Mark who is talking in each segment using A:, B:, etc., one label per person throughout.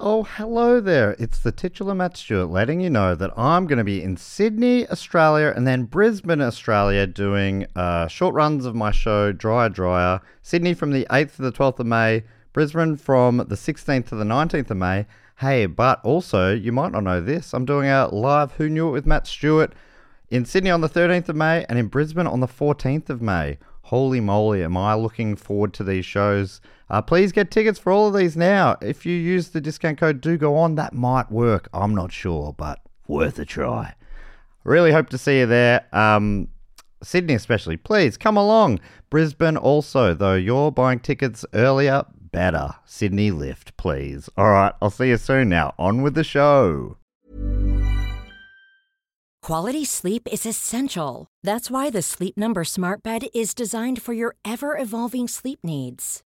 A: Oh, hello there. It's the titular Matt Stewart letting you know that I'm going to be in Sydney, Australia, and then Brisbane, Australia, doing uh, short runs of my show, Dryer Dryer. Sydney from the 8th to the 12th of May, Brisbane from the 16th to the 19th of May. Hey, but also, you might not know this, I'm doing a live Who Knew It with Matt Stewart in Sydney on the 13th of May and in Brisbane on the 14th of May. Holy moly, am I looking forward to these shows. Uh, please get tickets for all of these now. If you use the discount code do go on, that might work. I'm not sure, but worth a try. Really hope to see you there. Um, Sydney, especially, please come along. Brisbane, also, though you're buying tickets earlier, better. Sydney lift, please. All right, I'll see you soon now. On with the show.
B: Quality sleep is essential. That's why the Sleep Number Smart Bed is designed for your ever evolving sleep needs.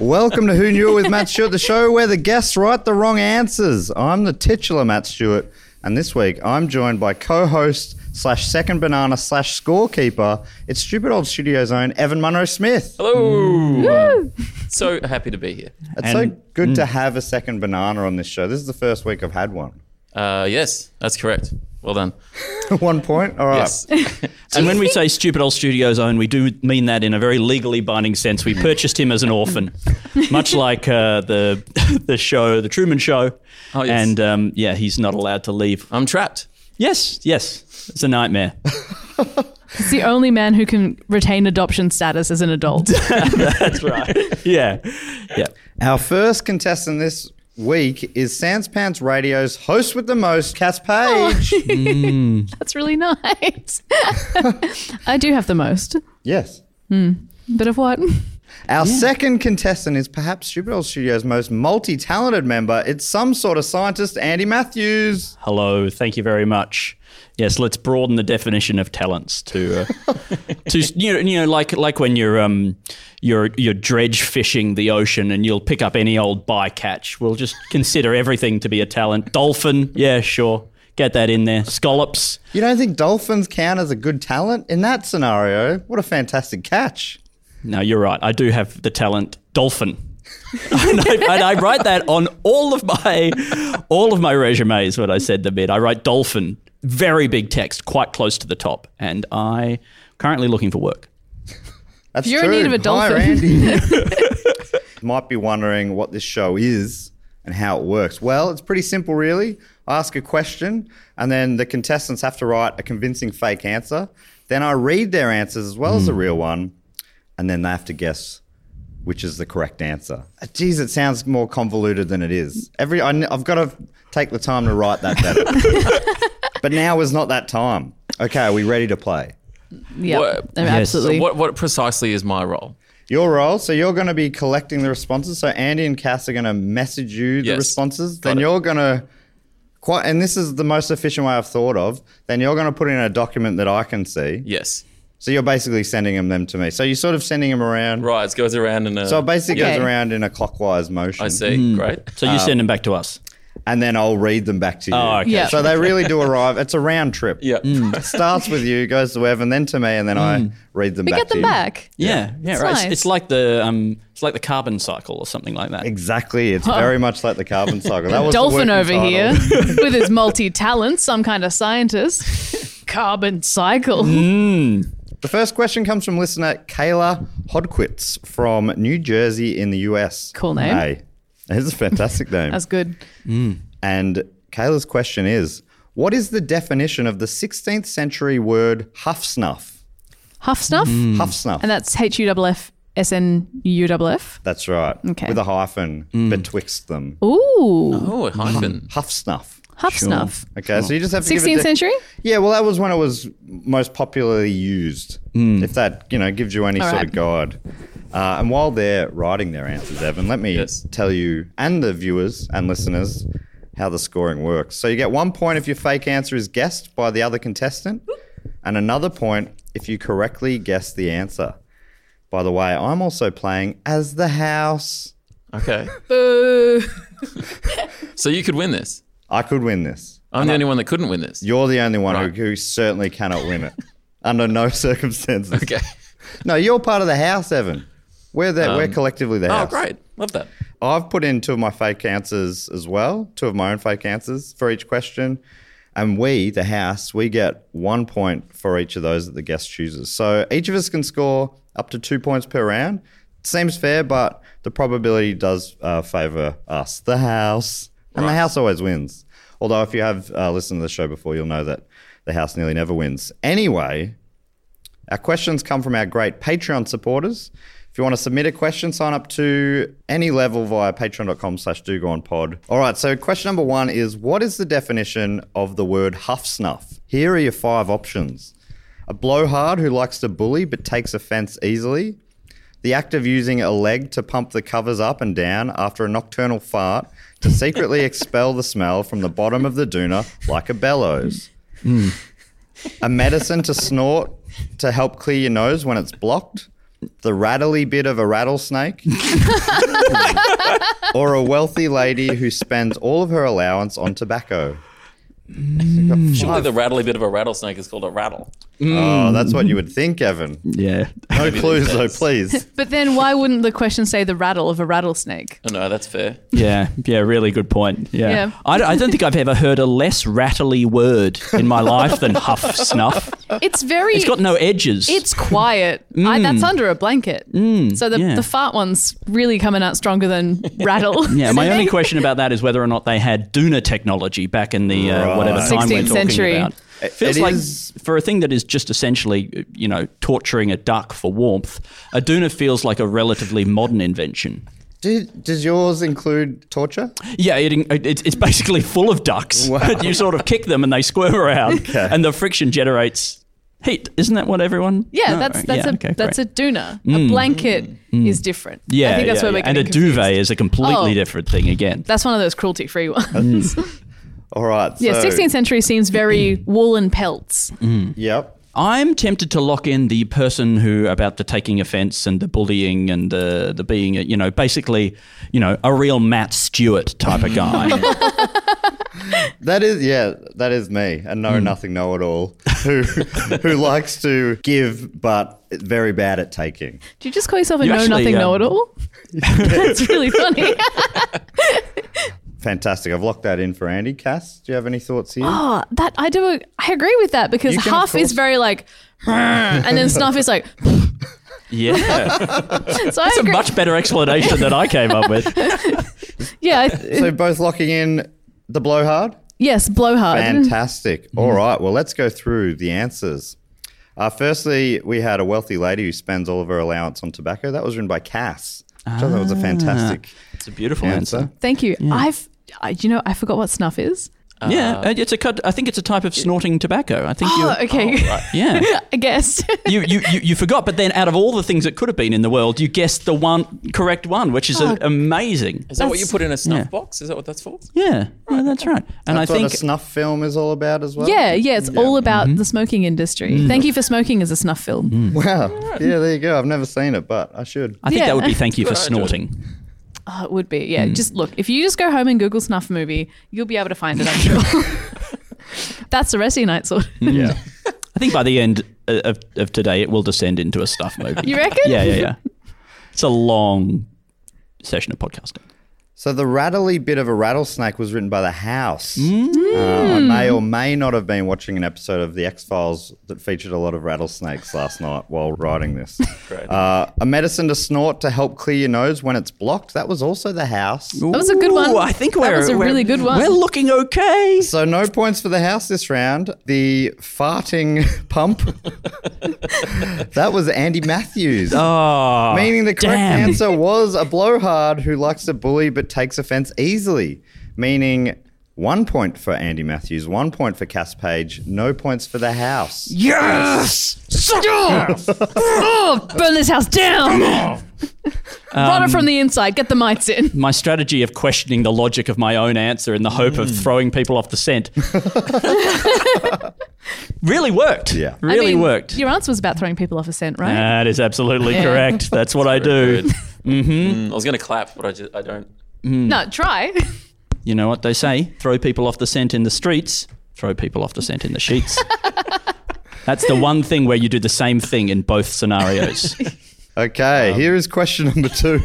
A: Welcome to Who Knew It with Matt Stewart, the show where the guests write the wrong answers. I'm the titular Matt Stewart, and this week I'm joined by co-host slash second banana slash scorekeeper. It's stupid old studio's own Evan Munro Smith.
C: Hello. so happy to be here.
A: It's so good to have a second banana on this show. This is the first week I've had one.
C: Uh, yes, that's correct. Well done.
A: one point. All right.
C: Yes.
D: And when we say stupid old studios own, we do mean that in a very legally binding sense. We purchased him as an orphan, much like uh, the the show, the Truman Show.
C: Oh, yes.
D: And um, yeah, he's not allowed to leave.
C: I'm trapped.
D: Yes, yes, it's a nightmare.
E: It's the only man who can retain adoption status as an adult.
D: That's right. yeah, yeah.
A: Our first contestant this week is Sans Pants Radio's host with the most, Cass Page.
E: That's really nice. I do have the most.
A: Yes.
E: Bit of what?
A: Our second contestant is perhaps Stupid Old Studio's most multi-talented member. It's some sort of scientist, Andy Matthews.
D: Hello, thank you very much. Yes, let's broaden the definition of talents to, uh, to you know, you know, like like when you're um, you're you're dredge fishing the ocean and you'll pick up any old bycatch. We'll just consider everything to be a talent. Dolphin, yeah, sure, get that in there. Scallops,
A: You don't think dolphins count as a good talent? In that scenario, what a fantastic catch.
D: No, you're right. I do have the talent dolphin. and, I, and I write that on all of my all of my resumes when I said the bit. I write dolphin, very big text, quite close to the top. And I currently looking for work.
A: That's
E: You're in
A: true.
E: need of a dolphin.
A: Hi, Randy. Might be wondering what this show is and how it works. Well, it's pretty simple, really. I ask a question, and then the contestants have to write a convincing fake answer. Then I read their answers as well as
E: Hmm.
A: the real one, and then they have to guess which is the correct answer. Uh, Geez, it sounds more convoluted than it is. Every I, kn- I've got to take the time to write that better. but now is not that time. Okay, are we ready to play?
E: Yeah,
C: What-
E: I mean,
D: Yes.
E: absolutely.
C: What what precisely is my role?
A: Your role. So you're going to be collecting the responses. So Andy and Cass are going to message you the
C: Yes.
A: responses.
C: Got
A: then
C: it.
A: you're going to quite. And this is the most efficient way I've thought of. Then you're going to put in a document that I can see.
C: Yes.
A: So you're basically sending them, them to me. So you're sort of sending them around.
C: Right. It goes around in a.
A: So it basically
E: Okay.
A: goes around in a clockwise motion.
C: I see. Great.
D: So you send them back to us.
A: And then I'll read them back to you.
D: Oh, okay.
E: Yeah.
A: So they really do arrive. It's a round trip.
C: Yeah.
A: It starts with you, goes to Evan, then to me, and then I read them
E: we
A: back
E: Hmm.
A: to
E: get them
A: you.
E: back.
D: Yeah, yeah,
E: It's
D: right. It's,
E: nice.
D: it's like the um, it's like the carbon cycle or something like that.
A: Exactly. It's very much like the carbon cycle. That was the
E: Dolphin
A: working
E: over
A: title.
E: here with his multi talents, some kind of scientist. Carbon cycle.
A: Mm. The first question comes from listener Kayla Hodquitz from New Jersey in the US.
E: Cool name.
A: Hey, it's a fantastic name.
E: That's good.
A: and Kayla's question is What is the definition of the 16th century word huff snuff?
E: Huff snuff,
A: Huff snuff.
E: Hmm. and that's H U F F S N U F F.
A: That's right.
E: Okay. Hmm.
A: With a hyphen betwixt them.
E: Ooh,
C: Oh, a hyphen.
A: Huff snuff.
E: Huff snuff.
A: Okay, so you just have to give it
E: 16th
A: to-
E: century?
A: Yeah, well, that was when it was most popularly used.
C: Hmm.
A: If that you know gives you any
E: All
A: sort
E: right.
A: of guide. Uh, and while they're writing their answers, Evan, let me
C: Yes.
A: tell you and the viewers and listeners how the scoring works. So you get one point if your fake answer is guessed by the other contestant, and another point if you correctly guess the answer. By the way, I'm also playing as the house.
C: Okay.
E: Boo.
A: Uh.
C: so you could win this.
A: I could win this.
C: I'm the only one that couldn't win this.
A: You're the only one
C: Right.
A: who, who certainly cannot win it under no circumstances.
C: Okay.
A: No, you're part of the house, Evan. We're the, we're collectively the
C: Oh,
A: house.
C: great. Love that.
A: I've put in two of my fake answers as well, two of my own fake answers for each question. And we, the house, we get one point for each of those that the guest chooses. So each of us can score up to two points per round. Seems fair, but the probability does uh, favor us, the house. And the house always wins. Although, if you have uh, listened to the show before, you'll know that the house nearly never wins. Anyway, our questions come from our great Patreon supporters. If you want to submit a question, sign up to any level via patreon.com slash dogonpod. All right, so question number one is what is the definition of the word huff snuff? Here are your five options. A blowhard who likes to bully but takes offense easily. The act of using a leg to pump the covers up and down after a nocturnal fart to secretly expel the smell from the bottom of the doona like a bellows a medicine to snort to help clear your nose when it's blocked, the rattly bit of a rattlesnake, or a wealthy lady who spends all of her allowance on tobacco.
C: Surely the rattly bit of a rattlesnake is called a rattle.
A: Oh, that's what you would think, Evan.
D: Yeah.
A: No clues, though,
C: that's-
A: please.
E: But then why wouldn't the question say the rattle of a rattlesnake?
C: Oh, no, that's fair.
D: Yeah, yeah, really good point. Yeah,
E: Yeah.
D: I, I don't think I've ever heard a less rattly word in my life than huff snuff.
A: Uh.
E: It's very.
D: It's got no edges.
E: It's quiet. I, that's under a blanket. so the,
D: Mm. yeah.
E: the fart one's really coming out stronger than rattle.
D: yeah. My only question about that is whether or not they had Duna technology back in the uh, whatever
A: Right.
D: time we're talking
E: 16th century.
D: about.
A: It-
D: Feels
A: it
D: like
A: is-
D: for a thing that is just essentially, you know, torturing a duck for warmth, a Duna feels like a relatively modern invention.
A: Did, does yours include torture?
D: Yeah, it, it, it's basically full of ducks. you sort of kick them and they squirm around, and the friction generates heat. Isn't that what everyone?
E: Yeah,
D: No,
E: that's
D: right.
E: that's
D: Yeah,
E: a
D: okay,
E: that's
D: great. Mm.
E: a doona. A blanket is different.
D: Yeah,
E: I think that's
D: yeah,
E: where we're
D: yeah. and a
E: getting confused.
D: duvet is a completely
E: Oh.
D: different thing again.
E: That's one of those cruelty-free ones.
A: All right.
E: yeah,
A: so-
E: 16th century seems very
D: Mm.
E: woolen pelts.
A: Yep.
D: I'm tempted to lock in the person who about the taking offence and the bullying and the the being, you know, basically, you know, a real Matt Stewart type of guy.
A: That is, yeah, that is me, a know
E: Hmm.
A: nothing, know it all, who who likes to give but very bad at taking.
E: Do you just call yourself a
D: You
E: know
D: actually,
E: nothing
D: um,
E: know it all? that's really funny.
A: Fantastic. I've locked that in for Andy. Cass, do you have any thoughts here?
E: oh, that I do. I agree with that because
A: You can, of
E: half is
A: course-
E: very like, and then snuff is like.
D: yeah,
E: So I
D: it's a
E: agree.
D: much better explanation than I came up with.
E: yeah. I-
A: So both locking in the blowhard.
E: yes, blowhard.
A: Fantastic.
E: Mm-hmm.
A: All right. Well, let's go through the answers. Uh, firstly, we had a wealthy lady who spends all of her allowance on tobacco. That was written by Cass, which I thought
E: Ah.
A: was a fantastic
D: It's a beautiful
A: answer.
D: answer.
E: Thank you. I've. I, you know, I forgot what snuff is.
D: Yeah, uh, it's a cut. I think it's a type of snorting tobacco. I think you.
E: Oh, okay.
D: Yeah.
E: I guessed.
D: You, you, you, you forgot, but then out of all the things that could have been in the world, you guessed the one correct one, which is a, amazing.
C: Is that what you put in a snuff
D: yeah.
C: box? Is that what that's for?
D: Yeah, yeah, that's right. And
A: That's
D: I
A: what
D: think
A: a snuff film is all about as well.
E: yeah, yeah. It's all about the smoking industry. Thank you for smoking as a snuff film.
A: Wow. Yeah, there you go. I've never seen it, but I should.
D: I think
E: Yeah.
D: that would be thank you for
C: Good idea.
D: snorting.
E: Oh, it would be. Yeah. Just look, if you just go home and Google snuff movie, you'll be able to find it. I'm sure. That's the rest of your night sort.
A: Yeah.
D: I think by the end uh, of, of today, it will descend into a stuff movie.
E: You reckon?
D: Yeah, yeah, yeah. It's a long session of podcasting.
A: So the rattly bit of a rattlesnake was written by the house. Uh, I may or may not have been watching an episode of the X Files that featured a lot of rattlesnakes last night while writing this.
C: Great.
A: Uh, a medicine to snort to help clear your nose when it's blocked. That was also the house.
D: That
E: was a good one.
D: I think
E: That
D: we're
E: was a
D: we're-
E: really good one.
D: We're looking okay.
A: So no points for the house this round. The farting pump. that was Andy Matthews.
D: Oh,
A: Meaning the correct
D: damn.
A: answer was a blowhard who likes to bully but takes offense easily. Meaning One point for Andy Matthews, one point for Cass Page, no points for the house.
D: Yes!
E: Oh, burn this house down! Run it from the inside. Get the mites in.
D: My strategy of questioning the logic of my own answer in the hope of throwing people off the scent really worked.
A: Yeah. I
E: I
D: Really
E: mean,
D: worked.
E: Your answer was about throwing people off a scent, right?
D: That is absolutely correct. That's what I do.
C: Mm, I was going to clap, but I just I don't.
E: no, try.
D: You know what they say? Throw people off the scent in the streets, throw people off the scent in the sheets. That's the one thing where you do the same thing in both scenarios.
A: Okay, here is question number two.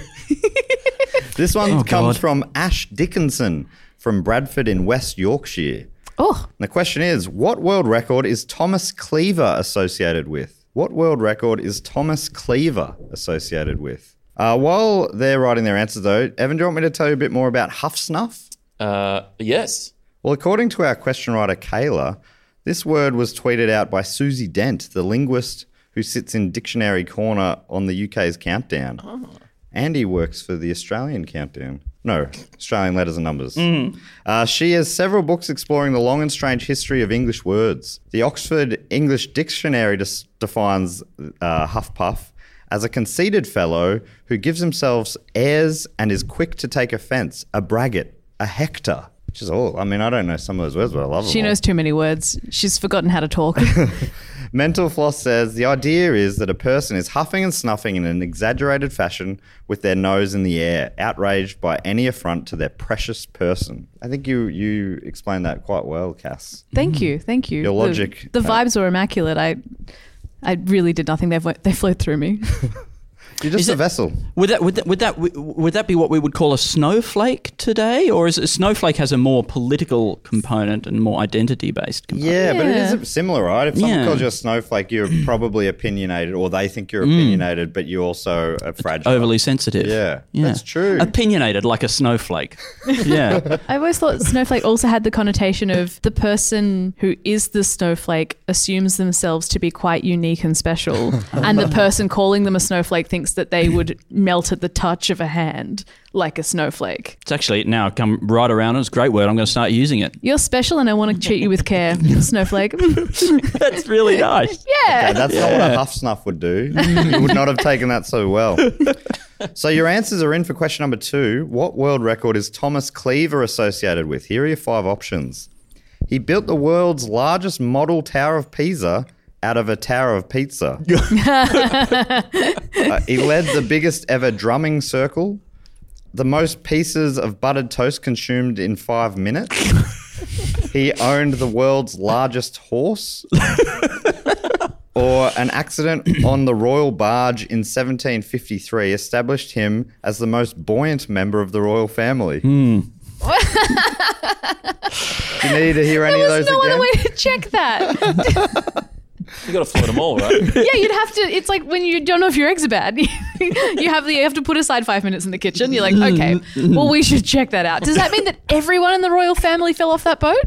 A: this one comes
D: God.
A: from Ash Dickinson from Bradford in West Yorkshire.
E: oh,
A: And the question is what world record is Thomas Cleaver associated with? What world record is Thomas Cleaver associated with? Uh, while they're writing their answers, though, Evan, do you want me to tell you a bit more about Huff Snuff?
C: Uh, yes.
A: Well, according to our question writer, Kayla, this word was tweeted out by Susie Dent, the linguist who sits in Dictionary Corner on the UK's Countdown. Andy works for the Australian Countdown. No, Australian Letters and Numbers. Uh, she has several books exploring the long and strange history of English words. The Oxford English Dictionary dis- defines uh, Huffpuff as a conceited fellow who gives himself airs and is quick to take offense, a braggart, a hector, which is all. I mean, I don't know some of those words, but I love them.
E: she
A: all.
E: knows too many words. She's forgotten how to talk.
A: Mental Floss says the idea is that a person is huffing and snuffing in an exaggerated fashion with their nose in the air, outraged by any affront to their precious person. I think you you explained that quite well, Cass.
E: thank you, thank you.
A: Mm-hmm. Your
E: The-
A: logic,
E: The,
A: uh,
E: vibes were immaculate. I, I really did nothing. They went, they flowed through me.
A: You're just
D: Is
A: a
D: it-
A: vessel.
D: Would that would that, would that would that be what we would call a snowflake today, or is it, snowflake has a more political component and more identity based component?
A: Yeah, but it
E: Yeah.
A: is similar, right? If someone
D: Yeah.
A: calls you a snowflake, you're probably opinionated, or they think you're opinionated, but you also are fragile.
D: Overly sensitive.
A: Yeah, that's true.
D: Opinionated like a snowflake. yeah.
E: I always thought snowflake also had the connotation of the person who is the snowflake assumes themselves to be quite unique and special, and the person calling them a snowflake thinks that they would melt at the touch of a hand like a snowflake.
D: It's actually now come right around. It's a great word. I'm going to start using it.
E: You're special, and I want to treat you with care, snowflake.
D: That's really nice.
A: Okay, that's not what a huff snuff would do. you would not have taken that so well. So your answers are in for question number two. What world record is Thomas Cleaver associated with? Here are your five options. He built the world's largest model tower of Pisa out of a tower of pizza. Uh, he led the biggest ever drumming circle. The most pieces of buttered toast consumed in five minutes. he owned the world's largest horse or an accident on the royal barge in 1753 established him as the most buoyant member of the royal family. Do you need to hear any of
E: There's
A: those
E: no
A: again?
E: other way to check that.
C: You got to float them all, right?
E: yeah, you'd have to. It's like when you don't know if your eggs are bad. you have the, you have to put aside five minutes in the kitchen. You're like, okay, well, we should check that out. Does that mean that everyone in the royal family fell off that boat?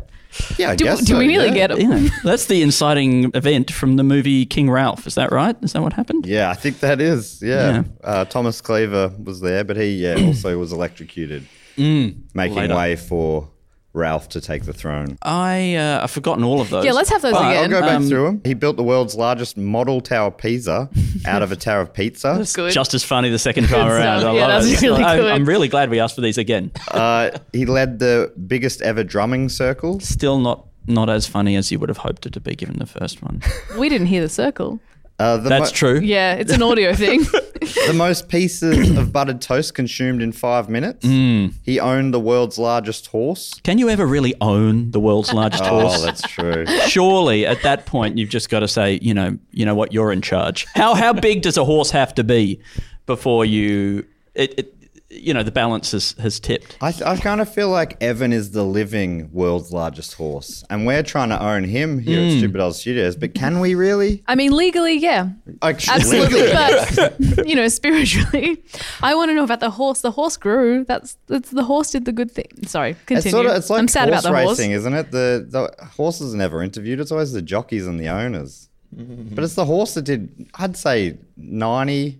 A: yeah, I
E: Do,
A: guess
E: do
A: so,
E: we really
A: yeah.
E: get it?
D: Yeah. That's the inciting event from the movie King Ralph. Is that right? Is that what happened?
A: Yeah, I think that is. Yeah. Uh, Thomas Cleaver was there, but he yeah, also was electrocuted, making
D: Mm. later.
A: way for Ralph to take the throne.
D: I uh, I've forgotten all of those.
E: Yeah, let's have those
D: But-
E: again.
A: I'll go back
D: um,
A: through him. He built the world's largest model tower Pisa out of a tower of pizza.
E: That's good.
D: Just as funny the second time around. I
E: Yeah,
D: love it.
E: that's really
D: I'm,
E: good.
D: I'm really glad we asked for these again.
A: Uh, he led the biggest ever drumming circle.
D: Still not not as funny as you would have hoped it to be given the first one.
E: we didn't hear the circle.
A: Uh, the
D: That's
A: mo-
D: true.
E: Yeah, it's an audio thing.
A: The most pieces of buttered toast consumed in five minutes.
D: Mm.
A: He owned the world's largest horse.
D: Can you ever really own the world's largest
A: Oh,
D: horse?
A: that's true.
D: Surely, at that point, you've just got to say, you know, you know what, you're in charge. How how big does a horse have to be before you, it, it you know, the balance has has tipped.
A: I, I kind of feel like Evan is the living world's largest horse, and we're trying to own him here
D: Hmm.
A: at Stupid Old Studios. But can we really?
E: I mean, legally, yeah,
A: Actually,
E: absolutely. but you know, spiritually, I want to know about the horse. The horse grew. That's that's the horse did the good thing. Sorry, continue.
A: It's sort of it's like
E: I'm sad
A: horse
E: about the horse.
A: racing, isn't it? The the horses are never interviewed. It's always the jockeys and the owners.
D: Mm-hmm.
A: But it's the horse that did, I'd say, 90,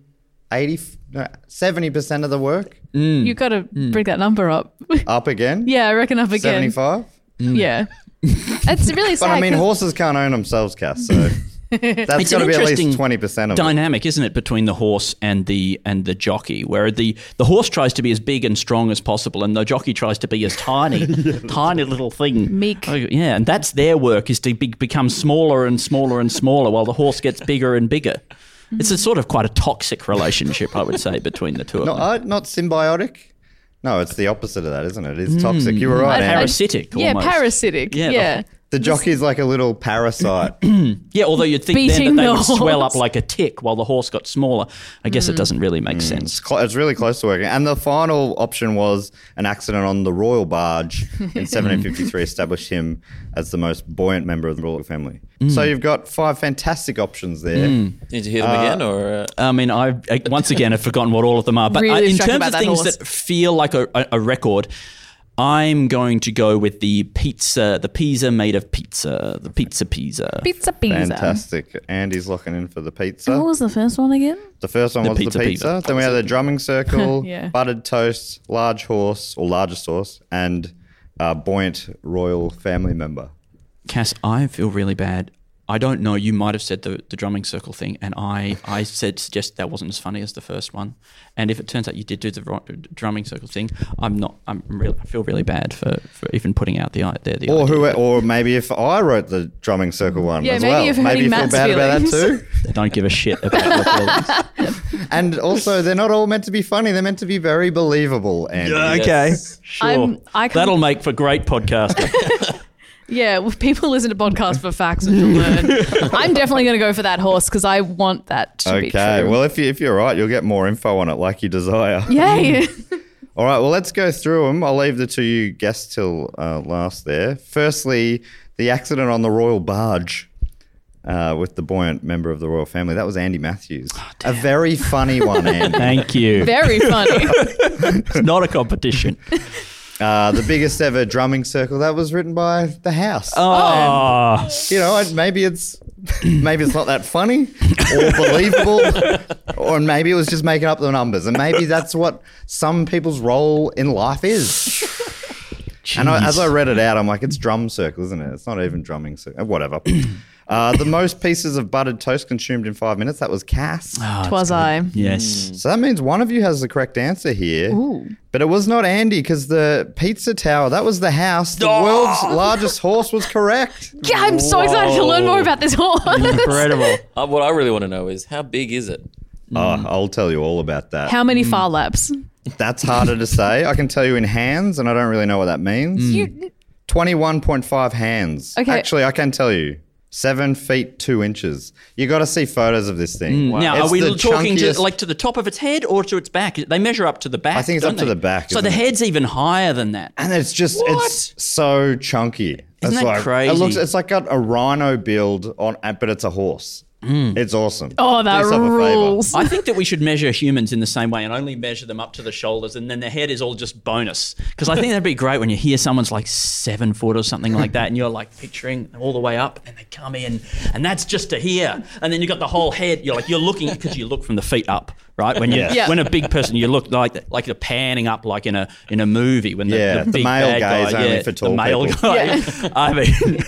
A: 80, no, 70% of the work.
E: You got to bring that number up.
A: Up again?
E: yeah, I reckon up again.
A: 75?
E: Yeah. it's really sad.
A: But I mean,
E: 'cause-
A: horses can't own themselves, Cass. So that's
D: It's an
A: got to be at least
D: interesting
A: twenty percent of it.
D: dynamic, isn't it, between the horse and the and the jockey, where the the horse tries to be as big and strong as possible, and the jockey tries to be as tiny, tiny little thing,
E: Meek.
D: Oh, yeah, and that's their work is to be, become smaller and smaller and smaller, while the horse gets bigger and bigger.
E: Mm-hmm.
D: It's a sort of quite a toxic relationship, I would say, between the two of
A: No,
D: them.
A: uh, not symbiotic. No, it's the opposite of that, isn't it? It's toxic. You were
E: I-
A: right.
E: I-
A: Andy.
D: Parasitic,
E: Yeah,
D: almost.
E: parasitic.
D: Yeah,
E: Yeah. Oh,
D: the-
A: the jockey's like Hmm. a little parasite.
D: yeah, although you'd think then
E: Beating
D: that they
E: the
D: would swell up
E: horse. Mm.
D: like a tick while the horse got smaller. I guess it doesn't really make sense.
A: Clo- Mm, it's really close to working. And the final option was an accident on the royal barge in 1753 established him as the most buoyant member of the royal family. So you've got five fantastic options there.
C: Did you hear them again? Or uh,
D: I mean, I've I, once again have forgotten what all of them are. But
E: Really
D: I, in
E: struck
D: terms
E: about
D: of
E: that
D: things
E: horse.
D: that feel like a, a, a record, I'm going to go with the pizza, the pizza made of pizza, the pizza pizza.
E: Pizza pizza.
A: Fantastic. Andy's locking in for the pizza.
E: What was the first one again?
A: The first one was
D: pizza
A: the
D: pizza.
A: pizza. Then we had the drumming circle,
E: Yeah.
A: buttered toast, large horse or largest horse, and uh, buoyant royal family member.
D: Cass, I feel really bad. I don't know. You might have said the, the drumming circle thing, and I, I said suggest that wasn't as funny as the first one. And if it turns out you did do the ro- drumming circle thing, I'm not. I'm real. I feel really bad for, for even putting out the i- there the
A: Or
D: idea.
A: who? Or maybe if I wrote the drumming circle one
E: Yeah,
A: as
E: maybe
A: well.
E: you're
A: maybe
E: hurting
A: you feel
E: Matt's
A: bad about that
E: feelings.
A: too.
D: They don't give a shit about your feelings.
A: And also, they're not all meant to be funny. They're meant to be very believable. Andy.
D: Okay. Sure.
E: I'm- I can't-
D: That'll make for great podcasting.
E: Yeah, well, people listen to podcasts for facts and to learn. I'm definitely going to go for that horse because I want that to be
A: Okay.
E: true.
A: Well, if you if you're right, you'll get more info on it, like you desire.
E: Yay.
A: All right. Well, let's go through them. I'll leave the two you guessed till uh, last. There. Firstly, the accident on the royal barge. Uh, with the buoyant member of the royal family. That was Andy Matthews. a very funny one, Andy.
D: Thank you.
E: Very funny.
D: It's not a competition.
A: Uh, the biggest ever drumming circle. That was written by The House.
D: Oh,
A: you know, and maybe it's maybe it's not that funny or believable, or maybe it was just making up the numbers, and maybe that's what some people's role in life is. And I, as I read it out, I'm like, it's drum circle, isn't it? It's not even drumming circle. Whatever. Uh, the most pieces of buttered toast consumed in five minutes. That was Cass.
E: Twas I.
D: yes.
A: So that means one of you has the correct answer here. But it was not Andy because the pizza tower, that was the house. The world's largest horse was correct.
E: Yeah, I'm so excited to learn more about this horse.
D: Incredible.
C: uh, what I really want to know is how big is it?
A: Oh, I'll tell you all about that.
E: How many far laps?
A: That's harder to say. I can tell you in hands, and I don't really know what that means.
D: Mm.
E: You,
A: 21.5 hands.
E: Okay.
A: Actually, I can tell you. Seven feet, two inches. You got to see photos of this thing.
D: Mm. Now,
A: It's
D: are we
A: the
D: talking
A: chunkiest-
D: to like to the top of its head or to its back? They measure up to the back.
A: I think it's
D: don't
A: up to
D: they?
A: the back,
D: So the
A: isn't it?
D: head's even higher than that.
A: And it's just, it's so chunky. it's
D: that
A: like,
D: crazy?
A: It looks, it's like got a rhino build on, uh, but it's a horse.
D: Mm.
A: It's awesome.
E: oh,
A: Do
E: that
A: yourself a favor.
E: rules.
D: I think that we should measure humans in the same way and only measure them up to the shoulders, and then the head is all just bonus. Because I think that'd be great when you hear someone's like seven foot or something like that, and you're like picturing all the way up, and they come in, and that's just to hear, and then you got the whole head. You're like you're looking because you look from the feet up, right? When you
E: Yeah.
D: when a big person, you look like like you're panning up like in a in a movie when the,
A: Yeah,
D: the,
A: the
D: big
A: male
D: bad
A: gaze
D: guy,
A: only
D: yeah,
A: for tall
D: the male
A: people.
D: guy. I mean.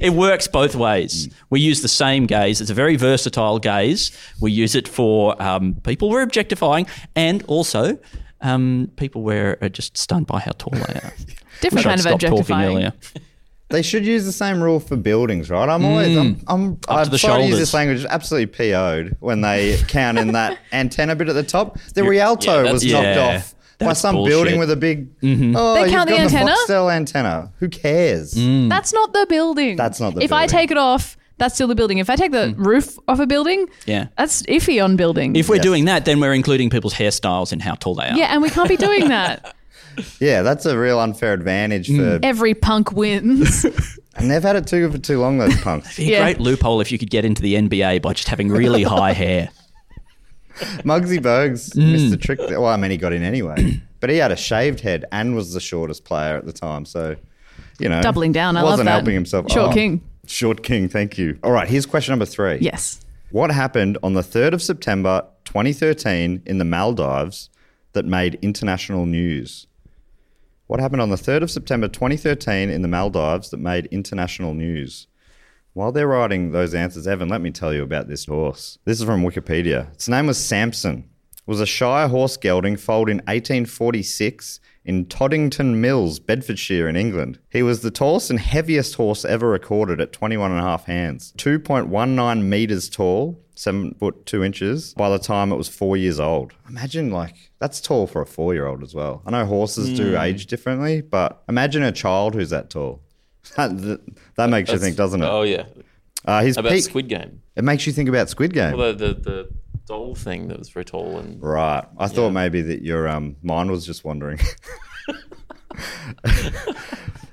D: It works both ways. We use the same gaze. It's a very versatile gaze. We use it for um, people we're objectifying and also um, people we're uh, just stunned by how tall they are.
E: Different
D: Wish I'd
E: kind of
D: stopped talking
E: objectifying.
D: earlier.
A: They should use the same rule for buildings, right? I'm always, I'm, I'm
D: Mm. to the
A: I've tried to use
D: shoulders.
A: this language, absolutely PO'd when they count in that antenna bit at the top. The Rialto
C: that's-
A: was knocked
D: yeah.
A: off by
D: That's
A: some
D: bullshit. Mm-hmm.
A: building with a big, oh,
E: They
A: you've
E: count the
A: got
E: antenna?
A: the Foxtel antenna. Who cares?
D: Mm.
E: That's not the building.
A: Hmm. That's not the
E: If I
A: building. Hmm.
E: take it off, that's still the building. If I take the roof off a building,
D: Yeah.
E: that's iffy on building.
D: If we're doing that, then we're including people's hairstyles and how tall they are.
E: yeah, and we can't be doing that.
A: Yeah, that's a real unfair advantage for,
E: Every punk wins.
A: and they've had it too for too long, those punks.
D: It'd be a
E: Yeah.
D: great loophole if you could get into the NBA by just having really high hair.
A: Muggsy Bogues
E: Mm.
A: missed the trick. There. Well, I mean, he got in anyway, but he had a shaved head and was the shortest player at the time. So, you know,
E: Doubling down. I love
A: wasn't
E: that.
A: helping himself. Oh,
E: Short king.
A: Short king. Thank you. All right. Here's question number three.
E: yes.
A: What happened on the 3rd of September 2013 in the Maldives that made international news? What happened on the 3rd of September 2013 in the Maldives that made international news? While they're writing those answers, Evan, let me tell you about this horse. This is from Wikipedia. Its name was Samson. It was a Shire horse gelding foaled in 1846 in Toddington Mills, Bedfordshire, in England. He was the tallest and heaviest horse ever recorded at 21 and a half hands, 2.19 meters tall, seven foot two inches. By the time it was four years old, imagine like that's tall for a four-year-old as well. I know horses do age differently, but imagine a child who's that tall. that, that makes you think, doesn't it?
C: Oh yeah,
A: Uh, his
C: about
A: peak.
C: Squid Game.
A: It makes you think about Squid Game.
C: Well, the, the the doll thing that was very tall and
A: Right. I thought maybe that your um, mind was just wandering.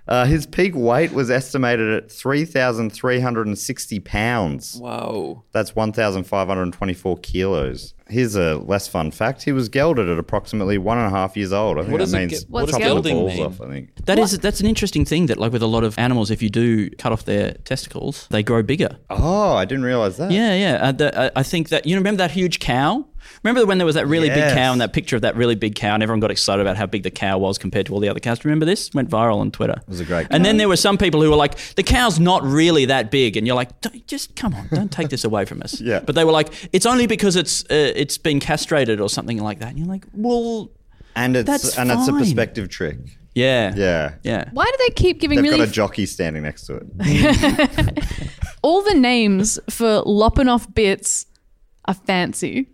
A: uh, his peak weight was estimated at 3,360 pounds.
C: whoa.
A: That's 1,524 kilos. Here's a less fun fact. He was gelded at approximately one and a half years old. I think
C: What
A: that
C: does it
A: means
C: ge- what
E: does
A: chopping the
C: gelding
A: balls
C: mean?
A: off, I think.
D: That is that's an interesting thing that like with a lot of animals, if you do cut off their testicles, they grow bigger.
A: Oh, I didn't realize that.
D: Yeah, yeah. Uh, the, uh, I think that you remember that huge cow. Remember when there was that really
A: Yes.
D: big cow and that picture of that really big cow, and everyone got excited about how big the cow was compared to all the other cows. Do you Remember this went viral on Twitter. It
A: was a great
D: And
A: cow.
D: then there were some people who were like, "The cow's not really that big," and you're like, don't, "Just come on, don't take this away from us."
A: Yeah.
D: But they were like, "It's only because it's uh, it's been castrated or something like that," and you're like, "Well,
A: And it's
D: That's
A: and it's a
D: fine.
A: perspective trick.
D: yeah,
A: Yeah.
D: yeah."
E: Why do they keep giving
A: They've
E: really
A: got a jockey standing next to it.
E: all the names for lopping off bits are fancy.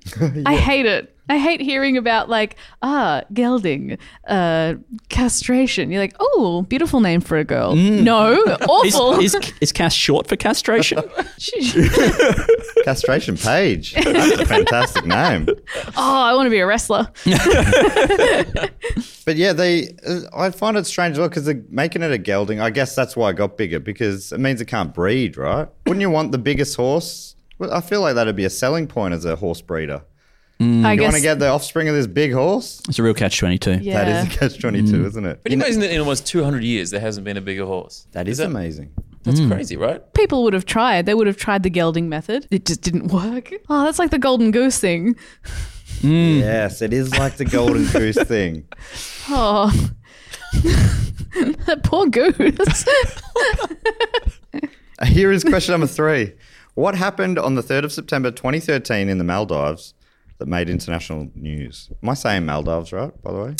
E: I hate it. I hate hearing about like ah gelding, uh, castration. You're like, oh, beautiful name for a girl.
A: Hmm.
E: No,
D: Is,
E: awful.
D: is, is cast short for castration?
A: Castration Page. That's a fantastic name.
E: oh, I want to be a wrestler.
A: But yeah, they. Uh, I find it strange as well because they're making it a gelding. I guess that's why it got bigger because it means it can't breed, right? Wouldn't you want the biggest horse? Well, I feel like that'd be a selling point as a horse breeder.
E: I
A: Hmm. You want
E: guess.
A: to get the offspring of this big horse?
D: it's a real catch twenty two.
E: yeah.
A: That is a catch twenty two, isn't it?
C: But you Hmm. imagine that in almost 200 years there hasn't been a bigger horse.
A: that is amazing.
C: That's crazy, right?
E: People would have tried. They would have tried the gelding method. It just didn't work. Oh, that's like the golden goose thing.
A: Yes, it is like the golden goose thing.
E: Oh. that poor goose.
A: Here is question number three. What happened on the 3rd of September 2013 in the Maldives that made international news? Am I saying Maldives, right, by the way?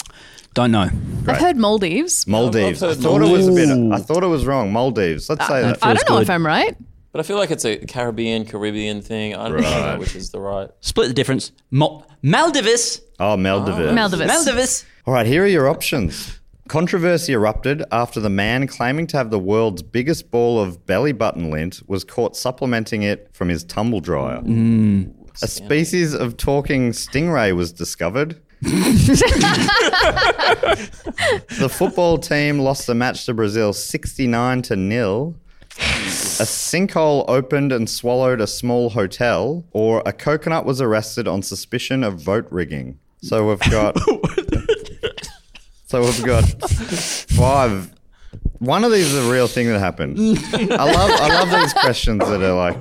D: Don't know.
E: I've heard Maldives.
A: Maldives. I
C: I've heard
A: thought it was a bit.
D: Maldives.
A: I thought it was wrong. Maldives. Let's say that.
E: I don't know
D: good.
E: if I'm right.
C: But I feel like it's a Caribbean, Caribbean thing. I don't know which is the right.
D: Split the difference. Mal- Maldives.
A: Oh, Maldives.
E: Maldives.
D: Maldives.
A: All right, here are your options. Controversy erupted after the man claiming to have the world's biggest ball of belly button lint was caught supplementing it from his tumble dryer. Hmm. A species of talking stingray was discovered. the football team lost the match to Brazil 69 to nil. A sinkhole opened and swallowed a small hotel, or a coconut was arrested on suspicion of vote rigging. So we've got. so we've got five. One of these is a real thing that happened. I love I love these questions that are like.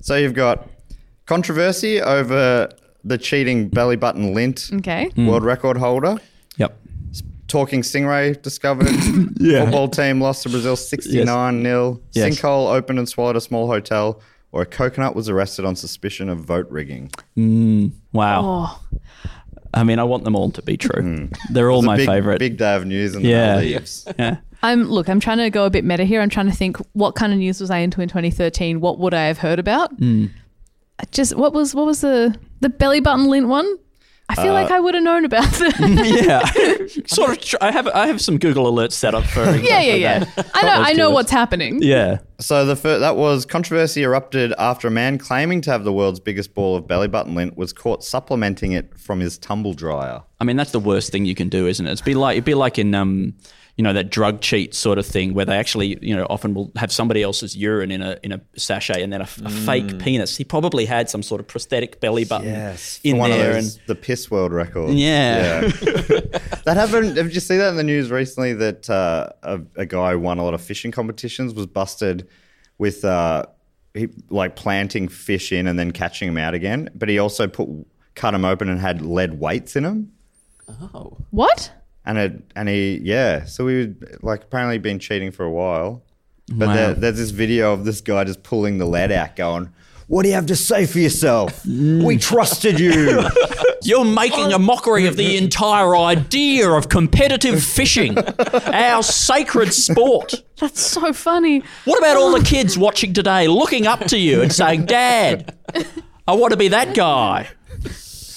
A: So you've got controversy over the cheating belly button lint
E: Okay.
D: Hmm.
A: world record holder.
D: Yep.
A: Talking Stingray discovered.
E: Oh,
A: Football team lost to Brazil 69 nil.
D: Yes.
A: Sinkhole opened and swallowed a small hotel. Or a coconut was arrested on suspicion of vote rigging.
D: Wow.
E: Oh,
D: I mean, I want them all to be true. They're all
A: It's Hmm. a
D: my
A: big,
D: favorite.
A: Big day of news in
D: Yeah.
A: the Maldives.
D: yeah.
E: I'm look. I'm trying to go a bit meta here. I'm trying to think what kind of news was I into in 2013? What would I have heard about?
D: Hmm.
E: I Just what was what was the the belly button lint one? I feel
D: Uh,
E: like I would have known about that.
D: yeah. sort of. Tr- I have. I have some Google alerts set up for.
E: yeah, yeah, yeah. I know. I know
D: keywords.
E: what's happening.
D: Yeah.
A: So the fir- that was controversy erupted after a man claiming to have the world's biggest ball of belly button lint was caught supplementing it from his tumble dryer.
D: I mean, that's the worst thing you can do, isn't it? It's be like it'd be like in um, you know, that drug cheat sort of thing where they actually, you know, often will have somebody else's urine in a in a sachet and then a, f- a
A: Hmm.
D: fake penis. He probably had some sort of prosthetic belly button
A: For
D: in
A: one
D: there
A: of those,
D: and.
A: the piss world record.
D: Yeah.
A: That happened. Did you see that in the news recently? That uh, a, a guy who won a lot of fishing competitions was busted with uh, he, like planting fish in and then catching them out again. But he also put cut them open and had lead weights in them.
C: Oh,
E: What?
A: and it, and he yeah. So we would like apparently been cheating for a while, but
D: Wow.
A: there, there's this video of this guy just pulling the lead out, going, "What do you have to say for yourself? we trusted you."
D: You're making a mockery of the entire idea of competitive fishing, our sacred sport.
E: That's so funny.
D: What about all the kids watching today looking up to you and saying, Dad, I want to be that guy?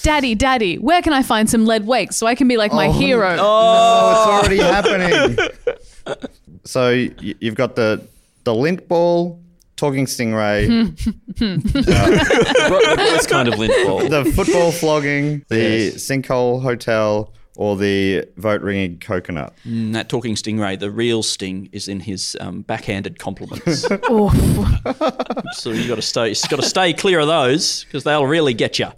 E: Daddy, daddy, where can I find some lead wakes so I can be like my hero?
A: Oh, it's already happening. So y- you've got the the lint ball, talking stingray,
C: the gross kind of lint ball.
A: the football flogging, the sinkhole hotel, or the vote ringing coconut.
D: Mm, that talking stingray, the real sting is in his um, backhanded compliments. so you got to stay, you got to stay clear of those because they'll really get you.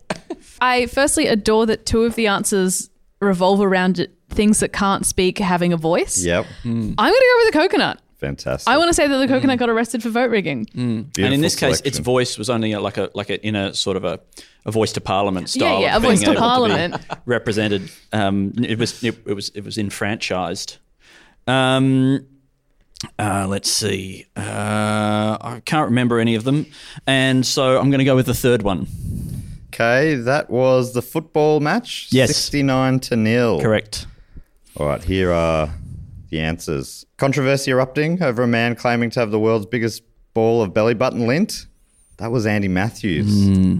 E: I firstly adore that two of the answers revolve around things that can't speak having a voice.
A: Yep,
E: I'm going to go with the coconut.
A: fantastic.
E: I want to say that the coconut
D: Mm.
E: got arrested for vote rigging.
D: and in this
A: Beautiful
D: case, its
A: selection.
D: voice was only a, like a like a, in a sort of a, a voice to parliament style.
E: yeah,
D: of
E: a voice
D: being
E: to
D: able be
E: parliament.
D: represented. Um, it was it, it was it was enfranchised. Um, uh, let's see. Uh, I can't remember any of them, and so I'm going to go with the third one.
A: Okay, that was the football match.
D: Yes.
A: sixty-nine to nil.
D: Correct.
A: All right, here are the answers. Controversy erupting over a man claiming to have the world's biggest ball of belly button lint. That was Andy Matthews.
D: Hmm.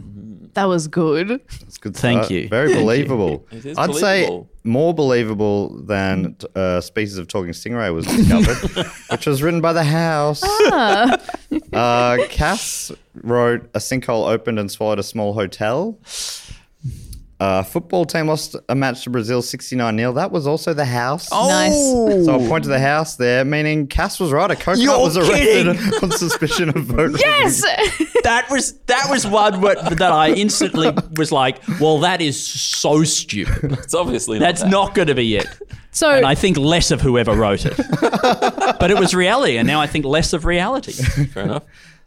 E: That was good.
A: It's good.
D: Thank
A: start.
D: you.
A: Very believable.
C: It is
A: I'd say
C: believable.
A: more believable than uh, species of talking stingray was discovered, which was written by the house.
D: Ah.
A: Uh, Cass wrote a sinkhole opened and swallowed a small hotel. Uh, football team lost a match to Brazil 69 0. That was also the house.
C: Oh.
E: Nice.
D: Oh.
A: So I'll point to the house there, meaning Cass was right. A coconut
D: You're
A: was arrested on suspicion of vote.
E: Yes.
D: That was that was one word that I instantly was like, well, that is so stupid.
C: It's obviously
D: That's
C: not.
D: not going to be it.
E: so
D: and I think less of whoever wrote it. but it was reality, and now I think less of reality.
C: that. Fair enough.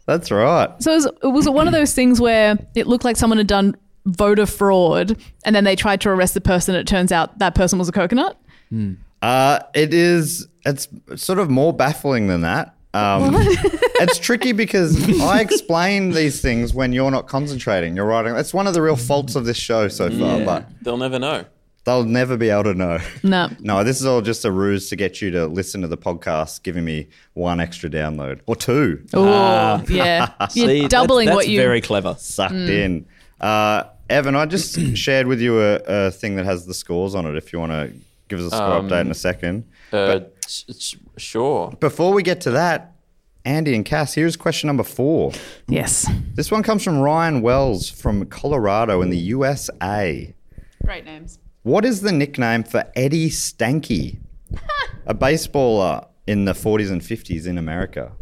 A: That's right.
E: So it was, it was one of those things where it looked like someone had done voter fraud and then they tried to arrest the person. It turns out that person was a coconut.
A: Uh, it is. It's sort of more baffling than that. Um, it's tricky because I explain these things when you're not concentrating. You're writing. It's one of the real faults of this show so far, but
C: They'll never know.
A: they'll never be able to know.
E: No.
A: No, this is all just a ruse to get you to listen to the podcast, giving me one extra download or two.
E: Oh, yeah. You're
D: Ah. See, that's-
E: doubling
D: that's
E: what you.
D: very clever.
A: Sucked in. Uh, Evan, I just shared with you a, a thing that has the scores on it. If you want to give us a score update in a second.
C: Uh, sh- sh- sure.
A: Before we get to that, Andy and Cass, here's question number four.
E: yes.
A: This one comes from Ryan Wells from Colorado in the USA.
E: Great names.
A: What is the nickname for Eddie Stanky, a baseballer in the 40s and 50s in America?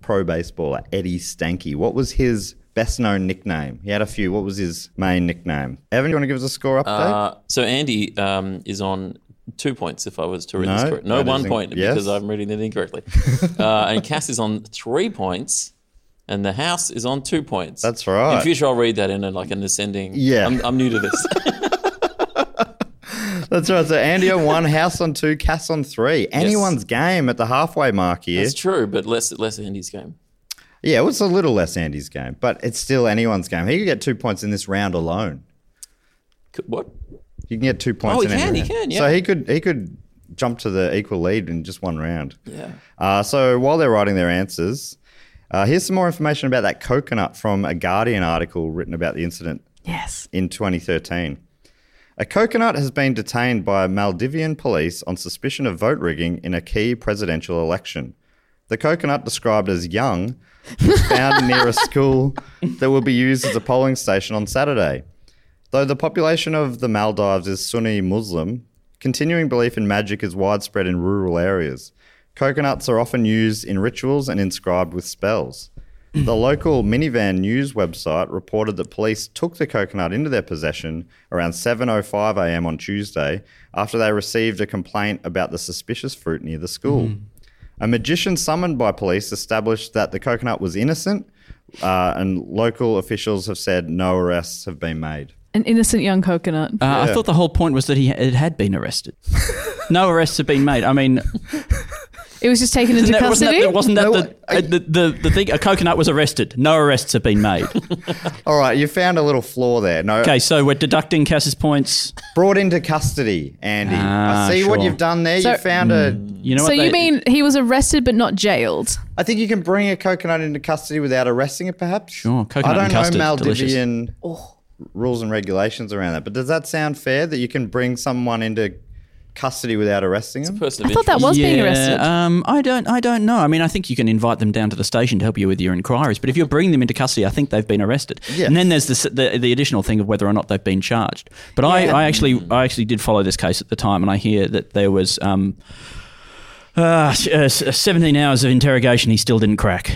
A: Pro baseballer Eddie Stanky. What was his best known nickname? He had a few. What was his main nickname? Evan, you want to give us a score update?
C: Uh, so Andy um, is on two points if I was to read
A: No,
C: this correctly. No,
A: that
C: one
A: isn't-
C: point
A: yes.
C: because I'm reading it incorrectly. uh, and Cass is on three points. And the house is on two points.
A: That's right.
C: In future, I'll read that in a, like an ascending.
A: Yeah.
C: I'm, I'm new to this.
A: That's right. So Andy on one, House on two, Cass on three. Anyone's game at the halfway mark here.
C: It's true, but less less Andy's game.
A: Yeah, it was a little less Andy's game, but it's still anyone's game. He could get two points in this round alone.
C: C- What?
A: You can get two points.
C: Oh, he
A: in any
C: can, he
A: round.
C: can, yeah.
A: So he could he could jump to the equal lead in just one round.
C: Yeah.
A: Uh, so while they're writing their answers, uh, here's some more information about that coconut from a Guardian article written about the incident
E: Yes.
A: in 2013. A coconut has been detained by Maldivian police on suspicion of vote rigging in a key presidential election. The coconut, described as young, was found near a school that will be used as a polling station on Saturday. Though the population of the Maldives is Sunni Muslim, continuing belief in magic is widespread in rural areas. Coconuts are often used in rituals and inscribed with spells. The local minivan news website reported that police took the coconut into their possession around 7:05 a.m. on Tuesday after they received a complaint about the suspicious fruit near the school. A magician summoned by police established that the coconut was innocent, uh, and local officials have said no arrests have been made.
E: An innocent young coconut.
D: Uh, I thought the whole point was that he it had been arrested. no arrests have been made. I mean,
E: it was just taken into
D: that- wasn't
E: custody.
D: that, wasn't that
A: No,
D: the, uh, the, the the thing? A coconut was arrested. No arrests have been made.
A: All right, you found a little flaw there. No,
D: okay, so we're deducting Cass's points.
A: brought into custody, Andy.
D: Ah,
A: I see what
D: sure. Hmm.
A: you've done there.
E: So-
A: you found a.
D: You know what?
E: so you
D: they-
E: mean he was arrested but not jailed?
A: I think you can bring a coconut into custody without arresting it, perhaps.
D: Sure, coconut
A: I don't
D: and
A: know
D: custard, delicious.
A: Maldivian rules and regulations around that, but does that sound fair that you can bring someone into custody without arresting them?
C: Person
E: I
C: of
E: thought that
C: interest.
E: was being arrested.
D: Um, I don't, I don't know. I mean, I think you can invite them down to the station to help you with your inquiries. But if you're bringing them into custody, I think they've been arrested.
A: Yes.
D: And then there's the, s- the the additional thing of whether or not they've been charged. But I, I actually, I actually did follow this case at the time, and I hear that there was. Um, uh, s- uh, s- 17 hours of interrogation, he still didn't crack.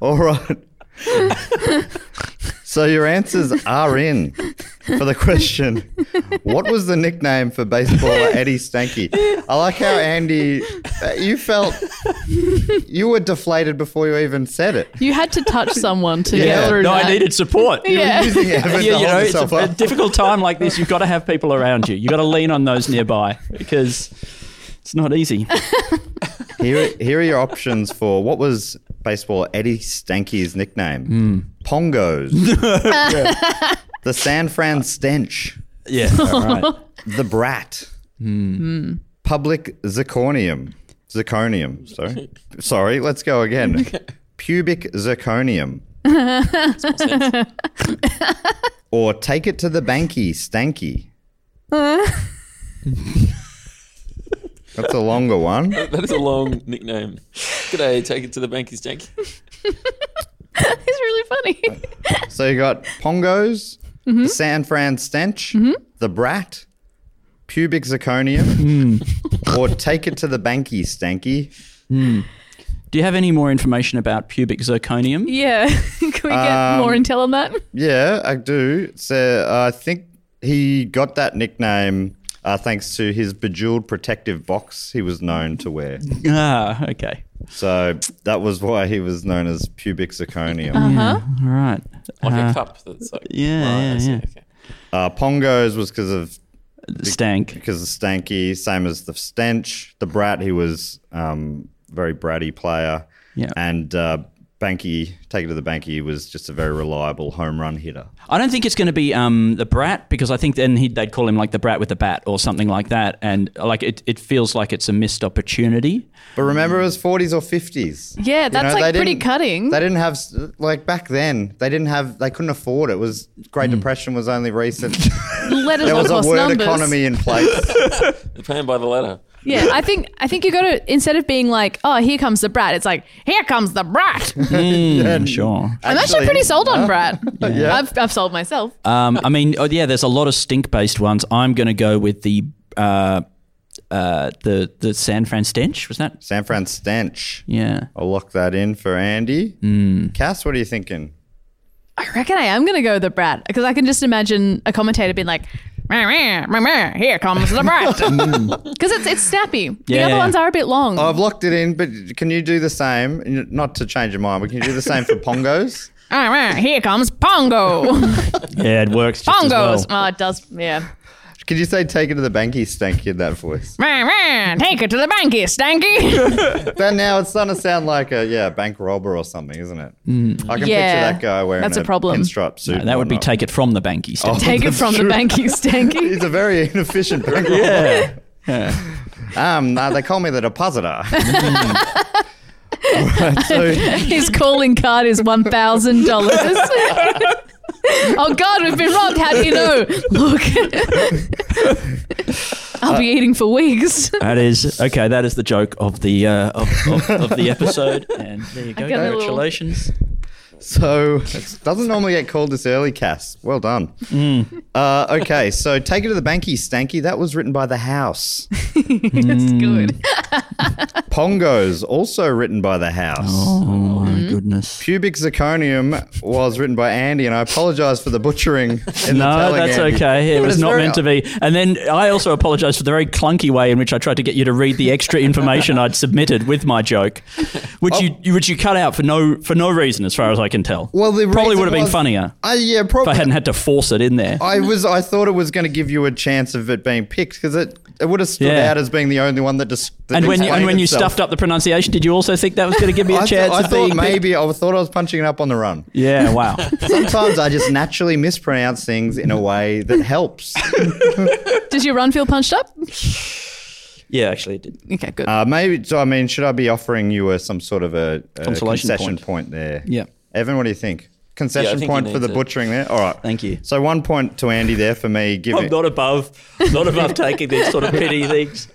A: All right. so your answers are in for the question. What was the nickname for baseballer Eddie Stanky? I like how Andy, uh, you felt you were deflated before you even said it.
E: You had to touch someone to
A: Yeah.
E: get through
D: no,
E: that.
D: I needed support.
E: Yeah.
A: Using Evan
D: Yeah,
A: to
D: you
A: hold
D: know, it's
A: yourself
D: a, a
A: up.
D: difficult time like this. You've got to have people around you. You've got to lean on those nearby because it's not easy.
A: here, here are your options for what was baseball Eddie Stanky's nickname?
D: Hmm.
A: Pongos. Yeah. The San Fran Stench.
D: Yeah, all right.
A: The Brat. Public Zirconium. Zirconium, sorry. sorry, let's go again. Pubic Zirconium. or Take It to the Banky Stanky. That's a longer one.
C: That is a long nickname. G'day, take it to the bankies, Jake.
E: It's really funny.
A: So you got Pongos, the San Fran Stench, the Brat, Pubic Zirconium, or Take It to the Banky Stanky.
D: Do you have any more information about pubic zirconium?
E: yeah. Can we get
A: Um,
E: more intel on that?
A: Yeah, I do. So uh, I think he got that nickname uh, thanks to his bejeweled protective box he was known to wear.
D: Ah, okay.
A: So that was why he was known as Pubic Zirconium.
D: All right.
C: Like
D: Uh,
C: a cup. That's like,
D: yeah,
C: Right, I
D: yeah,
C: see,
D: yeah.
C: okay.
A: Uh, Pongos was because of
D: Stank.
A: because of Stanky, same as the Stench, the Brat. He was um, very bratty player.
D: Yeah.
A: And uh, Banky, take it to the Banky, was just a very reliable home run hitter.
D: I don't think it's going to be um, the brat because I think then he'd, they'd call him like the brat with the bat or something like that, and like it, it feels like it's a missed opportunity.
A: But remember, it was 40s or 50s.
E: Yeah,
A: You
E: that's, like,
A: they
E: pretty
A: didn't-
E: cutting.
A: They didn't have s- like back then. They didn't have. They couldn't afford it. It Was Great Depression was only recent.
E: Let us
A: there
E: not
A: was a
E: cross
A: word
E: numbers.
A: economy in place.
C: They're playing by the letter.
E: Yeah, I think I think you got to instead of being like, "Oh, here comes the brat," it's like, "Here comes the brat."
D: Mm, sure.
E: I'm actually pretty sold on brat.
A: Yeah.
E: I've, I've sold myself.
D: Um, I mean, oh, yeah, there's a lot of stink based ones. I'm going to go with the uh, uh, the the San Fran stench. Was that?
A: San Fran stench.
D: Yeah.
A: I'll lock that in for Andy. Cass, what are you thinking?
E: I reckon I am gonna go with the brat because I can just imagine a commentator being like, "Meh, meh, meh, meh, "Here comes the brat," because it's it's snappy. the
D: Yeah.
E: other ones are a bit long.
A: I've locked it in, but can you do the same? N- Not to change your mind, but can you do the same for Pongos?
E: "Meh, meh, Here comes Pongo.
D: Yeah, it works. Just as well.
E: Pongo's. Oh, it does. Yeah.
A: Can you say take it to the banky stanky in that voice?
E: Meh, meh, Take it to the banky, Stanky.
A: But now it's starting to sound like a yeah bank robber or something, isn't it? I can
E: Yeah,
A: picture that guy wearing
E: that's a
A: a,
E: problem.
A: pinstripe suit.
D: Hmm. That would be
A: taken.
D: take it from the banky stench.
E: Take it from the banky, Stanky.
A: He's a very inefficient bank robber.
D: Yeah.
A: Um, no, they call me the depositor. Alright, so
E: His calling card is one thousand dollars. oh God, we've been robbed. How do you know? Look, I'll be eating for weeks.
D: That is okay. That is the joke of the uh, of, of, of the episode, and there you go.
E: got a little-
D: Congratulations.
A: so it doesn't normally get called this early, Cass. Well done.
D: Hmm.
A: Uh,
E: mm.
A: okay, so take it to the banky, Stanky. That was written by the House.
E: it's good.
A: Pongos, also written by the house.
D: Oh
A: Mm-hmm.
D: my goodness.
A: Pubic zirconium was written by Andy, and I apologize for the butchering. In the
D: No,
A: telling,
D: that's
A: Andy.
D: okay. It
A: But
D: was
A: it's
D: not
A: very-
D: meant to be. And then I also apologize for the very clunky way in which I tried to get you to read the extra information I'd submitted with my joke, which you which you cut out for no for no reason, as far as I can tell.
A: Oh. Well, the
D: probably
A: reason
D: would have been
A: was-
D: funnier
A: I, yeah,
D: if I
A: probably.
D: hadn't had to force it in there.
A: I was. I thought it was going to give you a chance of it being picked because it, it would have stood
D: Yeah.
A: out as being the only one that just. That
D: and when you, and
A: explained
D: when you
A: itself.
D: stuffed up the pronunciation, did you also think that was going to give me a
A: I, th-
D: chance?
A: I
D: of being
A: thought
D: picked?
A: maybe I thought I was punching it up on the run.
D: Yeah. Wow.
A: Sometimes I just naturally mispronounce things in a way that helps.
E: Does your run feel punched up?
D: yeah. Actually, it did.
E: Okay, good.
A: Uh, maybe so. I mean, should I be offering you a, some sort of a, a
D: Consolation
A: concession point.
D: point.
A: there?
D: Yeah.
A: Evan, what do you think? Concession
C: think you
A: point for
C: need
A: the
C: to-
A: butchering there. All right.
D: Thank you.
A: So one point to Andy there for me
D: I'm
C: Oh,
A: giving.
D: not above not above taking these sort of petty things.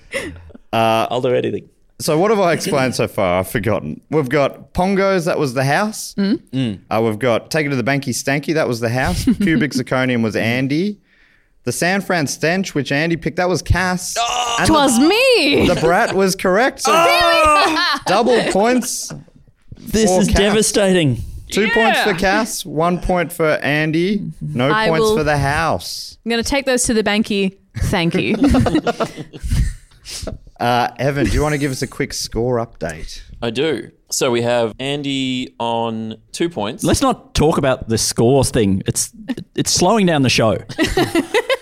D: I'll do anything.
A: So what have I explained so far? I've forgotten. We've got pongos. That was the house.
E: Mm.
A: Uh, we've got take it to the banky stanky. That was the house. Pubic zirconium was Andy. The San Fran stench, which Andy picked, that was Cass. And the-
E: Twas me.
A: The brat was correct. So double points.
D: This
A: Poor
D: is
A: cat.
D: devastating.
A: Two points for Cass, one point for Andy, no
E: I
A: points
E: will-
A: for the house.
E: I'm going to take those to the banky. Thank you.
A: Uh, Evan, do you want to give us a quick score update?
C: I do. So we have Andy on two points.
D: Let's not talk about the score thing. It's it's slowing down the show.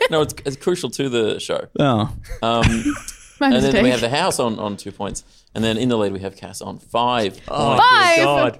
C: no, it's, it's crucial to the show.
D: Oh,
C: Um,
E: My
C: and then we have
E: mistake.
C: the house on, on two points. And then in the lead, we have Cass on five.
D: Oh.
C: points.
E: Five.
D: God.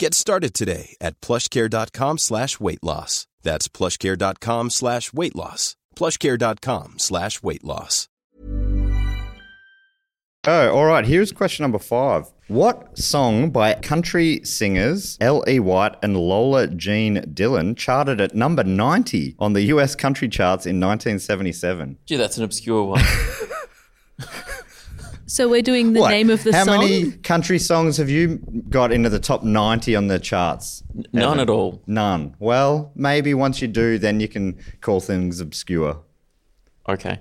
F: Get started today at plushcare.com slash weight loss. That's plushcare.com slash weight loss. plushcare.com slash weight loss.
A: Oh, all right. Here's question number five. What song by country singers L.E. White and Lola Jean Dillon charted at number 90 on the US country charts in 1977?
C: Gee, that's an obscure one.
E: So we're doing the
A: What?
E: name of the
A: How
E: song.
A: many country songs have you got into the top 90 on the charts?
C: None
A: Evan?
C: at all.
A: None. Well, maybe once you do, then you can call things obscure.
C: Okay.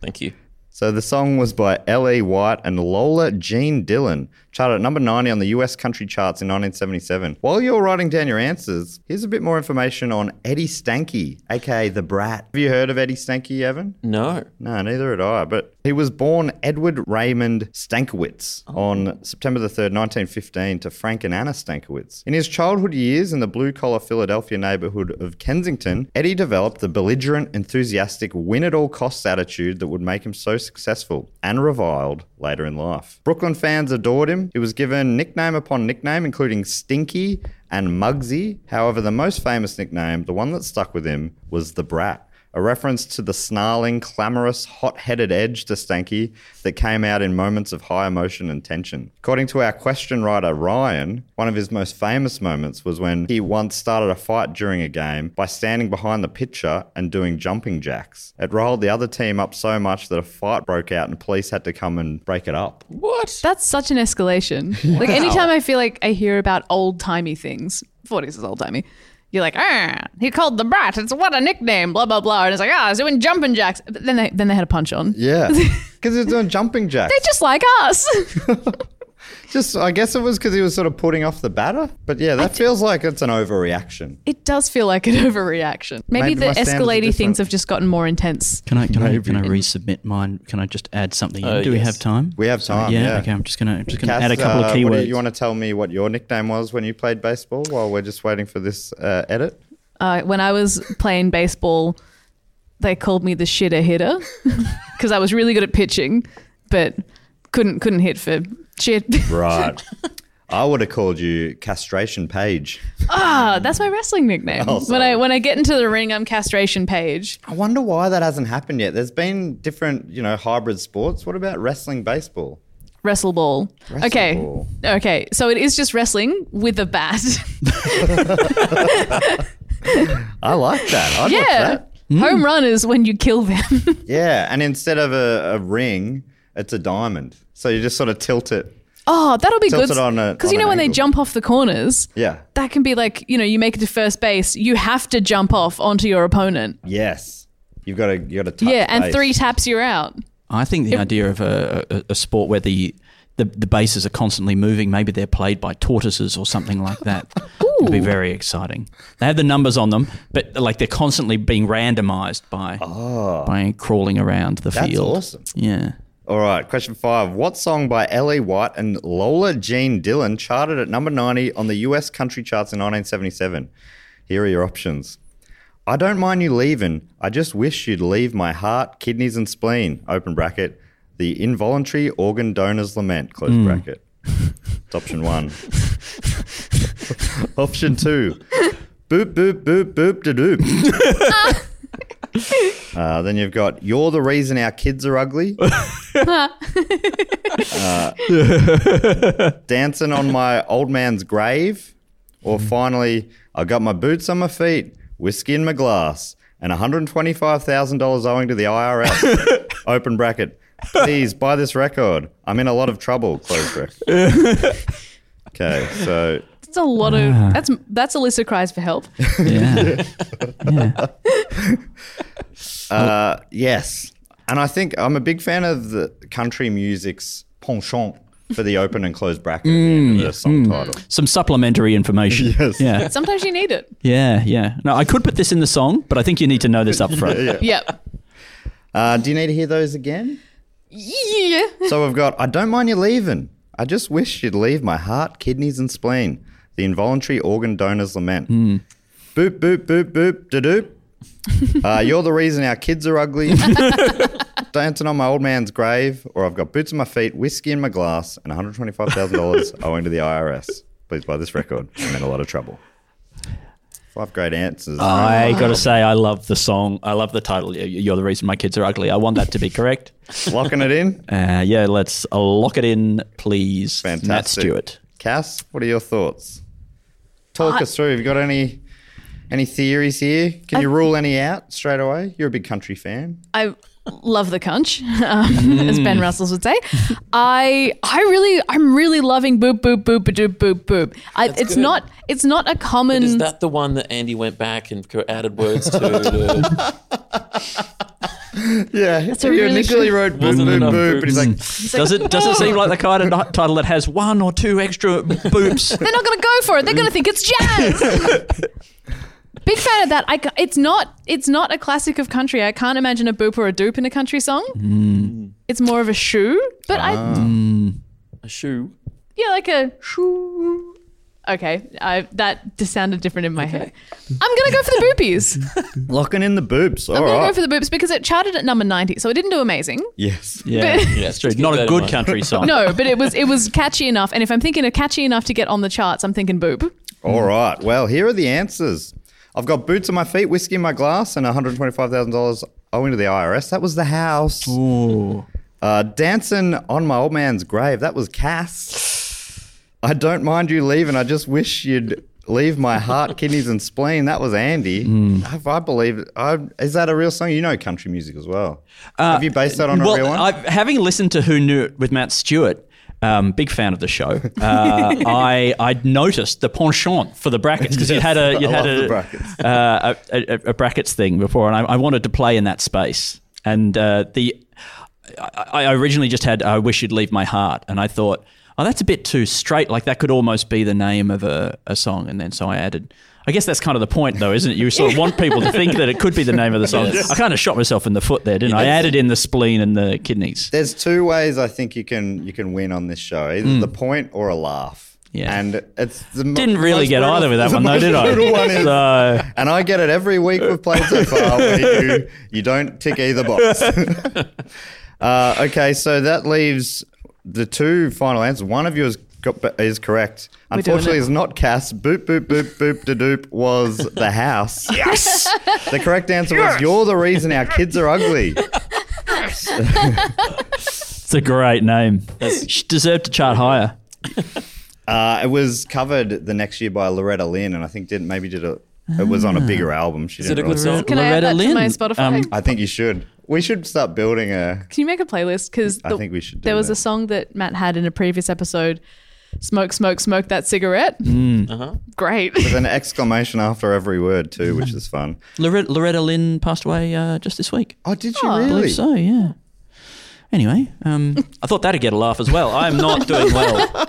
C: Thank you.
A: So the song was by L.E. White and Lola Jean Dillon, charted at number 90 on the US country charts in 1977. While you're writing down your answers, here's a bit more information on Eddie Stanky, aka The Brat. Have you heard of Eddie Stanky, Evan?
C: No.
A: No, neither had I. But he was born Edward Raymond Stankiewicz on September the 3rd, 1915, to Frank and Anna Stankiewicz. In his childhood years in the blue collar Philadelphia neighborhood of Kensington, Eddie developed the belligerent, enthusiastic, win at all costs attitude that would make him so successful and reviled later in life. Brooklyn fans adored him. He was given nickname upon nickname, including Stinky and Muggsy. However, the most famous nickname, the one that stuck with him, was the Brat a reference to the snarling, clamorous, hot headed edge to Stanky that came out in moments of high emotion and tension. According to our question writer Ryan, one of his most famous moments was when he once started a fight during a game by standing behind the pitcher and doing jumping jacks. It rolled the other team up so much that a fight broke out and police had to come and break it up.
C: What?
E: That's such an escalation. Like anytime I feel like I hear about old timey things, 40s is old timey. You're like, ah, he called the brat. It's what a nickname, blah blah blah. And it's like, ah, he's doing jumping jacks. But then they then they had a punch on.
A: Yeah. Because he was doing jumping jacks.
E: They're just like us.
A: Just, I guess it was because he was sort of putting off the batter. But yeah, that feels like it's an overreaction.
E: it does feel like an overreaction.
A: Maybe
E: Maybe, the
A: my standards are
E: escalating
A: different.
E: things have just gotten more intense.
D: Can I can I can I resubmit mine? Can I just add something? in?
C: Uh,
D: Do we
C: yes.
D: have time?
A: We have time,
D: Sorry,
A: yeah.
D: Okay. I'm just gonna I'm just gonna
A: Cass,
D: add a couple
A: uh,
D: of
A: what do you-
D: keywords.
A: You want to tell me what your nickname was when you played baseball while we're just waiting for this uh, edit?
E: Uh, when I was playing baseball, they called me the shitter hitter because I was really good at pitching, but couldn't couldn't hit for shit.
A: Right. I would have called you Castration Page.
E: Ah, that's my wrestling nickname.
A: Oh,
E: when
A: sorry.
E: I when I get into the ring, I'm castration page.
A: I wonder why that hasn't happened yet. There's been different, you know, hybrid sports. What about wrestling baseball?
E: Wrestle ball. okay.
A: ball.
E: Okay. So it is just wrestling with a bat.
A: I like that. I'd watch
E: yeah.
A: that. Hmm.
E: Home run is when you kill them.
A: Yeah, and instead of a, a ring, it's a diamond. So you just sort of tilt it.
E: oh, that'll be
A: Tilt
E: good.
A: it on a-
E: Because
A: on
E: you know
A: an
E: when they
A: angle.
E: jump off the corners,
A: Yeah.
E: that can be like, you know, you make it to first base, you have to jump off onto your opponent.
A: Yes. You've got to you got to touch
E: Yeah, and
A: base.
E: three taps you're out.
D: I think the idea of a, a, a sport where the, the the bases are constantly moving, maybe they're played by tortoises or something like that, would be very exciting. They have the numbers on them, but like they're constantly being randomized by by crawling around the
A: Ah. That's
D: field.
A: awesome.
D: Yeah.
A: All right, question five. What song by L.A. White and Lola Jean Dillon charted at number 90 on the US country charts in 1977? Here are your options. I don't mind you leaving. I just wish you'd leave my heart, kidneys, and spleen. Open bracket. The involuntary organ donor's lament. Close bracket. It's option one. option two. Boop, boop, boop, boop, da doop. Uh, then you've got You're the Reason Our Kids Are Ugly. Uh, dancing on My Old Man's Grave. Or finally, I got my boots on my feet, whiskey in my glass, and $125,000 owing to the IRS. Open bracket. Please buy this record. I'm in a lot of trouble. Close bracket. okay, so
E: That's a lot
C: Ah.
E: of that's that's Alyssa cries for help.
D: Yeah. yeah.
A: Uh, yes. And I think I'm a big fan of the country music's penchant for the open and closed bracket at the end of the song title.
D: Some supplementary information.
A: Yes.
D: Yeah.
E: Sometimes you need it.
D: Yeah. Yeah. No, I could put this in the song, but I think you need to know this up front.
E: Yep.
A: Uh, do you need to hear those again?
E: Yeah.
A: So we've got I Don't Mind You Leaving. I Just Wish You'd Leave My Heart, Kidneys, and Spleen. The Involuntary Organ Donor's Lament. Boop, boop, boop, boop, da doop. Uh, you're the reason our kids are ugly. Dancing on my old man's grave, or I've got boots on my feet, whiskey in my glass, and $125,000 owing to the IRS. Please buy this record. I'm in a lot of trouble. Five great answers.
D: I got to say, I love the song. I love the title. Y- You're the reason my kids are ugly. I want that to be correct.
A: Locking it in.
D: Uh, yeah, let's uh, lock it in, please. Matt
A: Fantastic.
D: Stewart.
A: Cass, what are your thoughts? Talk us through. Have you got any any theories here? Can you rule any out straight away? You're a big country fan.
E: I love the conch, um, as
C: Mm.
E: Ben Russell's would say. I I really I'm really loving boop boop boop boop boop boop. I, it's
C: good.
E: not it's not a
D: Mm.
E: common.
C: Is that the one that Andy went back and co- added words to? to
A: Yeah, that's
E: a
A: you
E: really
A: initially
E: good-
A: wrote boop
C: Wasn't
A: boop
C: enough
A: boop,
C: boop.
A: but he's like,
D: Does it does it seem like the kind of ni- title that has one or two extra boops?
E: they're not going to go for it. They're going to think it's jazz. Big fan of that. I, ca- it's not it's not a classic of country. I can't imagine a boop or a doop in a country song. It's more of a shoe, but I
D: Mm.
C: a shoe.
E: yeah like a shoo. Okay, I, that just sounded different in my head. I'm gonna go for the boopies.
A: locking in the boobs. All
E: I'm gonna
A: right.
E: go for the boobs because it charted at number 90, so it didn't do amazing.
A: yes.
D: Yeah, that's true.
C: keep
D: Not
C: that
D: a
C: in
D: good
C: mind.
D: country song.
E: No, but it was it was catchy enough, and if I'm thinking of catchy enough to get on the charts, I'm thinking boob.
A: All right. Well, here are the answers. I've got boots on my feet, whiskey in my glass, and $125,000 owing to the IRS. That was the house. Uh, dancing on my old man's grave. That was Cass. I don't mind you leaving. I just wish you'd leave my heart, kidneys, and spleen. That was Andy. Have I believe I, is that a real song? You know country music as well. Have you based that on a
D: well,
A: real one?
D: I've, having listened to Who Knew It with Matt Stewart, um, big fan of the show. Uh, I I noticed the penchant for the brackets because you had a you
A: I
D: had
A: love the
D: a,
A: brackets.
D: uh, a, a, a brackets thing before, and I, I wanted to play in that space. And uh, the I, I originally just had I wish you'd leave my heart, and I thought, oh, that's a bit too straight. Like that could almost be the name of a, a song, and then so I added. I guess that's kind of the point, though, isn't it? You sort of want people to think that it could be the name of the song. I kind of shot myself in the foot there, didn't I? I added in the spleen and the kidneys.
A: There's two ways I think you can you can win on this show: either the point or a laugh.
D: Hmm. Yeah.
A: and it's the mo-
D: Didn't really
A: most
D: get
A: brutal-
D: either with that
A: the
D: one, though,
A: most
D: did I?
A: brutal one is-
D: So,
A: and I get it every week we've played so far. Where you you don't tick either box. uh, okay, so that leaves the two final answers. One of you is got, is correct.
E: doing
A: Unfortunately,
E: it.
A: it's not Cass. Boop boop boop boop da doop was the house.
D: yes.
A: The correct answer was you're the reason our kids are ugly.
D: It's a great name. she deserved to chart higher.
A: Uh, it was covered the next year by Loretta Lynn, and I think did maybe did a. It was on a bigger album. She
C: Ah. Is
A: didn't
C: it a good
A: really-
C: song?
E: Can I add
D: Loretta
E: that
D: Lynn,
E: to my Spotify?
D: um,
A: I think you should. We should start building a.
E: Can you make a playlist? Because
A: I think we should do
E: There was
A: that.
E: a song that Matt had in a previous episode. Smoke, smoke, smoke that cigarette.
D: Uh-huh.
E: Great.
A: There's an exclamation after every word too, which is fun.
D: Loretta, Loretta Lynn passed away uh, just this week.
A: Oh, did you
D: I
A: really?
D: believe so, yeah. Anyway, um, I thought that'd get a laugh as well. I'm not doing well.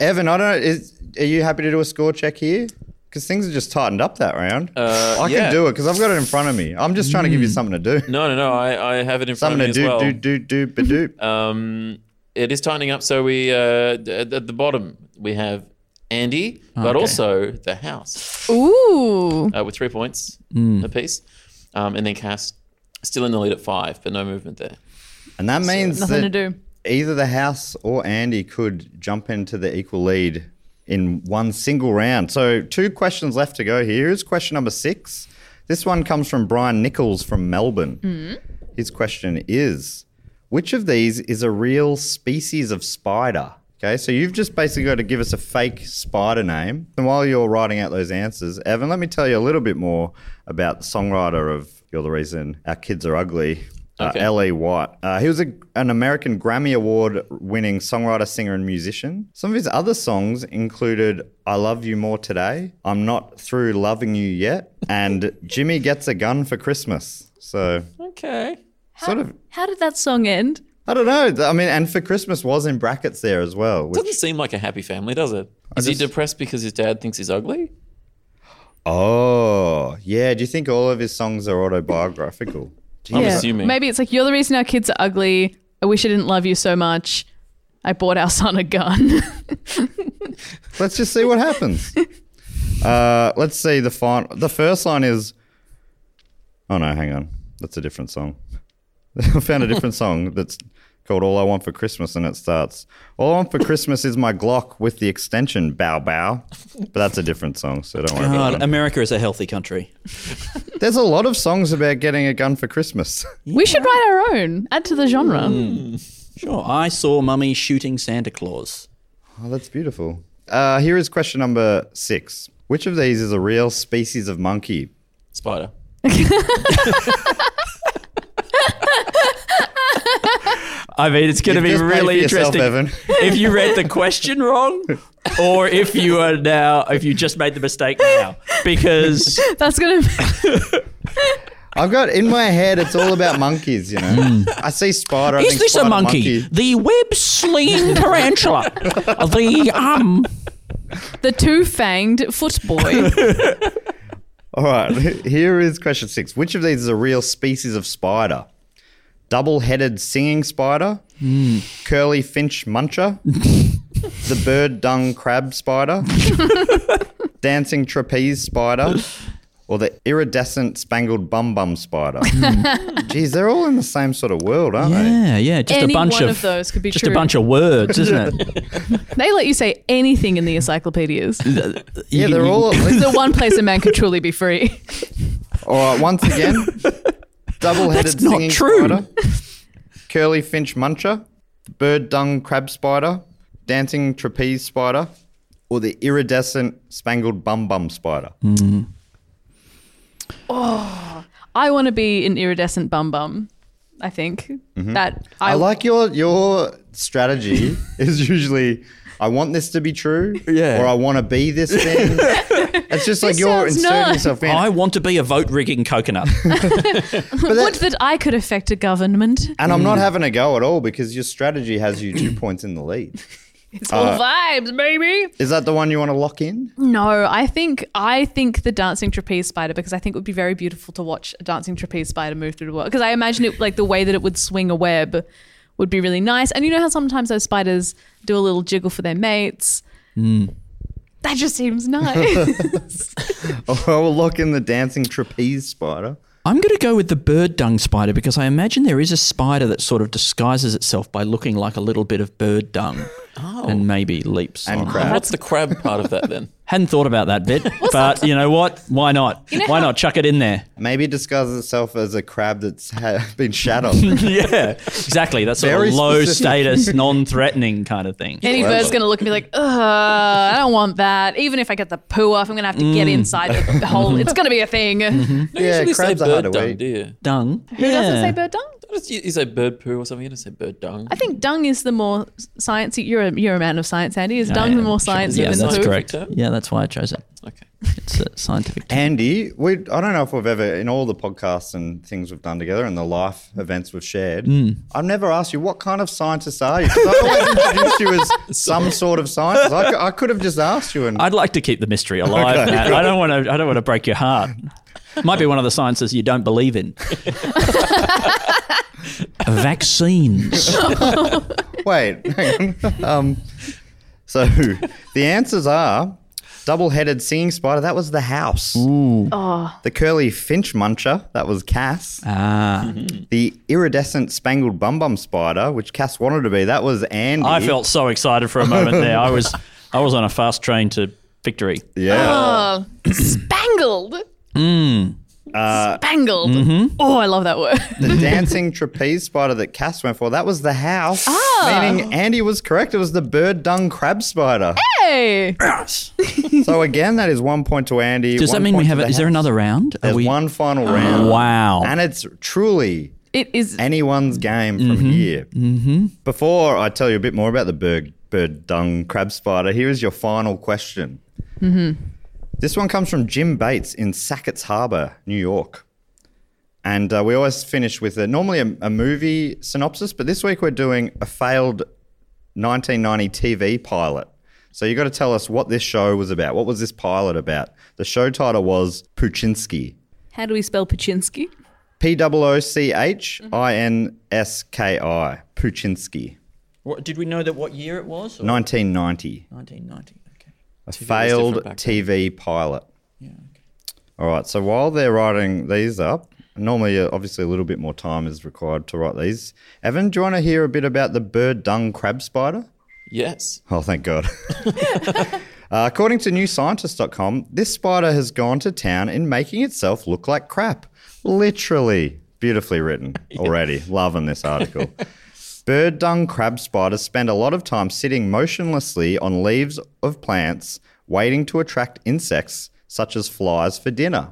A: Evan, I don't. Is are you happy to do a score check here? Because things are just tightened up that round.
C: Uh,
A: I
C: yeah.
A: can do it because I've got it in front of me. I'm just trying to give you something to do.
C: No, no, no. I, I have it in front
A: something to
C: of me
A: do,
C: as well.
A: do, do, do, ba doop.
C: Um, it is tightening up. So we uh, d- at the bottom we have Andy, but also the house
E: Ooh.
C: uh, with three points
A: Hmm.
C: apiece, um, and then Cass still in the lead at five, but no movement there.
A: and that means
E: Nothing to
A: that
E: do.
A: either the house or Andy could jump into the equal lead in one single round. So two questions left to go here. Here's question number six. This one comes from Brian Nichols from Melbourne. His question is Which of these is a real species of spider? Okay, so you've just basically got to give us a fake spider name. And while you're writing out those answers, Evan, let me tell you a little bit more about the songwriter of You're the Reason Our Kids Are Ugly, uh,
C: Okay.
A: L.E. White. Uh, he was a, an American Grammy Award winning songwriter, singer, and musician. Some of his other songs included I Love You More Today, I'm Not Through Loving You Yet, and Jimmy Gets a Gun for Christmas. So,
C: Okay.
A: sort of,
E: How did that song end?
A: I don't know. I mean, and for Christmas was in brackets there as well. Which,
C: Doesn't seem like a happy family, does it? Is he depressed because his dad thinks he's ugly?
A: oh, yeah. Do you think all of his songs are autobiographical?
C: I'm assuming.
E: Maybe it's like you're the reason our kids are ugly. I wish I didn't love you so much. I bought our son a gun.
A: Let's just see what happens. Uh, let's see the final. The first line is. Oh no, hang on. That's a different song. I found a different song that's called "All I Want for Christmas" and it starts. All I want for Christmas is my Glock with the extension. Bow bow. But that's a different song, so don't worry about
D: God,
A: it.
D: America is a healthy country.
A: There's a lot of songs about getting a gun for Christmas.
E: We should write our own. Add to the genre.
D: Mm. Sure, Oh, I saw Mummy shooting Santa Claus.
A: Oh, that's beautiful. Uh, here is question number six. Which of these is a real species of monkey?
C: Spider.
D: I mean, it's going to
A: You've just
D: be
A: paid for
D: really
A: yourself,
D: interesting
A: Evan.
D: if you read the question wrong, or if you are now if you just made the mistake now because
E: That's gonna. Be,
A: I've got in my head. It's all about monkeys, you know. I see spider. I
D: Is
A: think
D: this a
A: spider,
D: monkey? The web slinging tarantula. the um.
E: the two fanged foot boy.
A: All right. Here is question six. Which of these is a real species of spider? Double-headed singing spider, curly finch muncher, the bird dung crab spider, dancing trapeze spider, or the iridescent spangled bum bum spider. Geez, they're all in the same sort of world, aren't they?
D: Yeah, yeah. Just
E: Any
D: a bunch
E: one
D: of,
E: of those could be
D: just
E: true.
D: a bunch of words, isn't it?
E: they let you say anything in the encyclopedias.
A: Yeah, they're all.
E: the one place a man could truly be free.
A: All right, once again, double-headed
D: That's not
A: singing
D: true.
A: spider, curly finch muncher, bird dung crab spider, dancing trapeze spider, or the iridescent spangled bum bum spider.
D: Hmm.
E: I want to be an iridescent bum bum. I think that I,
A: I like your your strategy is usually I want this to be true,
D: Yeah.
A: or I want to be this thing. It's just like you're
E: sounds
A: inserting
E: nice.
A: yourself in.
D: I want to be a vote rigging coconut.
A: But
E: would
A: that-
E: that I could affect a government.
A: and I'm
D: Hmm.
A: not having a go at all because your strategy has you two points in the lead.
E: It's all vibes, baby.
A: Is that the one you want to lock in?
E: No, I think I think the dancing trapeze spider because I think it would be very beautiful to watch a dancing trapeze spider move through the world because I imagine it like the way that it would swing a web would be really nice. And you know how sometimes those spiders do a little jiggle for their mates.
A: Hmm.
E: That just seems nice.
A: Or I will lock Oh, in the dancing trapeze spider.
D: I'm going to go with the bird dung spider because I imagine there is a spider that sort of disguises itself by
E: Oh.
D: looking like a little bit of bird dung, and maybe leaps
A: And
D: on.
A: crab.
C: What's the crab part of that then?
D: Hadn't thought about that bit, but you know what? Why not? Why not chuck it in there?
A: Maybe it disguises itself as a crab that's ha- been shat on.
D: yeah, exactly. That's sort
A: Very
D: of low
A: specific.
D: status, non-threatening kind of thing.
E: Any bird's going to look and be like, ugh, I don't want that. Even if I get the poo off, I'm going to have to
D: Mm.
E: get inside the, the hole. It's going to be a thing.
D: Mm-hmm.
E: Who
C: You
A: Yeah,
C: usually say
A: crabs are hard
C: bird
A: to
C: dung,
A: eat.
C: do you?
D: Dung. Who
E: doesn't say bird dung?
C: Just- You you say bird poo or something. You don't say bird dung.
E: I think dung is the more sciencey. You're a, you're a man of science, Andy. Is dung the more sciencey
D: Yeah,
E: than
D: that's
E: poo?
D: correct.
C: term?
D: Yeah, that's why I chose it.
C: Okay.
D: It's a scientific. term.
A: Andy, we, I don't know if we've ever, in all the podcasts and things we've done together and the life events we've shared, I've never asked you, what kind of scientist are you? 'Cause I always introduced you as some sort of scientist. I, cou- I could have just asked you. and
D: I'd like to keep the mystery alive, Matt. I don't want to. I don't want to break your heart. Might be one of the sciences you don't believe in. Vaccines.
A: Wait, hang on. Um, so the answers are double-headed singing spider. That was the house. The curly finch muncher. That was Cass.
D: Ah,
A: The iridescent spangled bum bum spider, which Cass wanted to be. That was Andy.
D: I felt so excited for a moment there. I was. I was on a fast train to victory.
A: yeah.
E: Oh, spangled.
D: Mm. Uh,
E: spangled.
D: mm-hmm.
E: Oh, I love that word.
A: The dancing trapeze spider that Cass went for. That was the house. Meaning Andy was correct. It was the bird dung crab spider.
E: hey.
A: So again, that is one point to Andy.
D: Does that
A: one
D: mean we
A: point to
D: have?
A: the
D: Is there
A: house.
D: another round? Are
A: There's
D: we-
A: one final round.
D: Wow.
A: And it's truly
E: It is.
A: anyone's game from here. Mm-hmm. Before I tell you a bit more about the bird, bird dung crab spider, here is your final question. Mm-hmm. This one comes from Jim Bates in Sackett's Harbour, New York. And uh, we always finish with a, normally a, a movie synopsis, but this week we're doing a failed 1990 TV pilot. So you got to tell us what this show was about. What was this pilot about? The show title was Puchinsky.
E: How do we spell Pachinsky?
A: P O O C H I N S K I Puchinsky,
G: What, did we know that what year it was? Or
A: 1990,
G: 1990. Okay.
A: a failed TV pilot. All right. So while they're writing these up, normally uh, obviously a little bit more time is required to write these. Evan, do you want to hear a bit about the bird dung crab spider?
C: Yes.
A: Oh, thank God. Uh, according to newscientist.com, this spider has gone to town in making itself look like crap. Literally. Beautifully written already. Loving this article. Bird dung crab spiders spend a lot of time sitting motionlessly on leaves of plants, waiting to attract insects such as flies for dinner.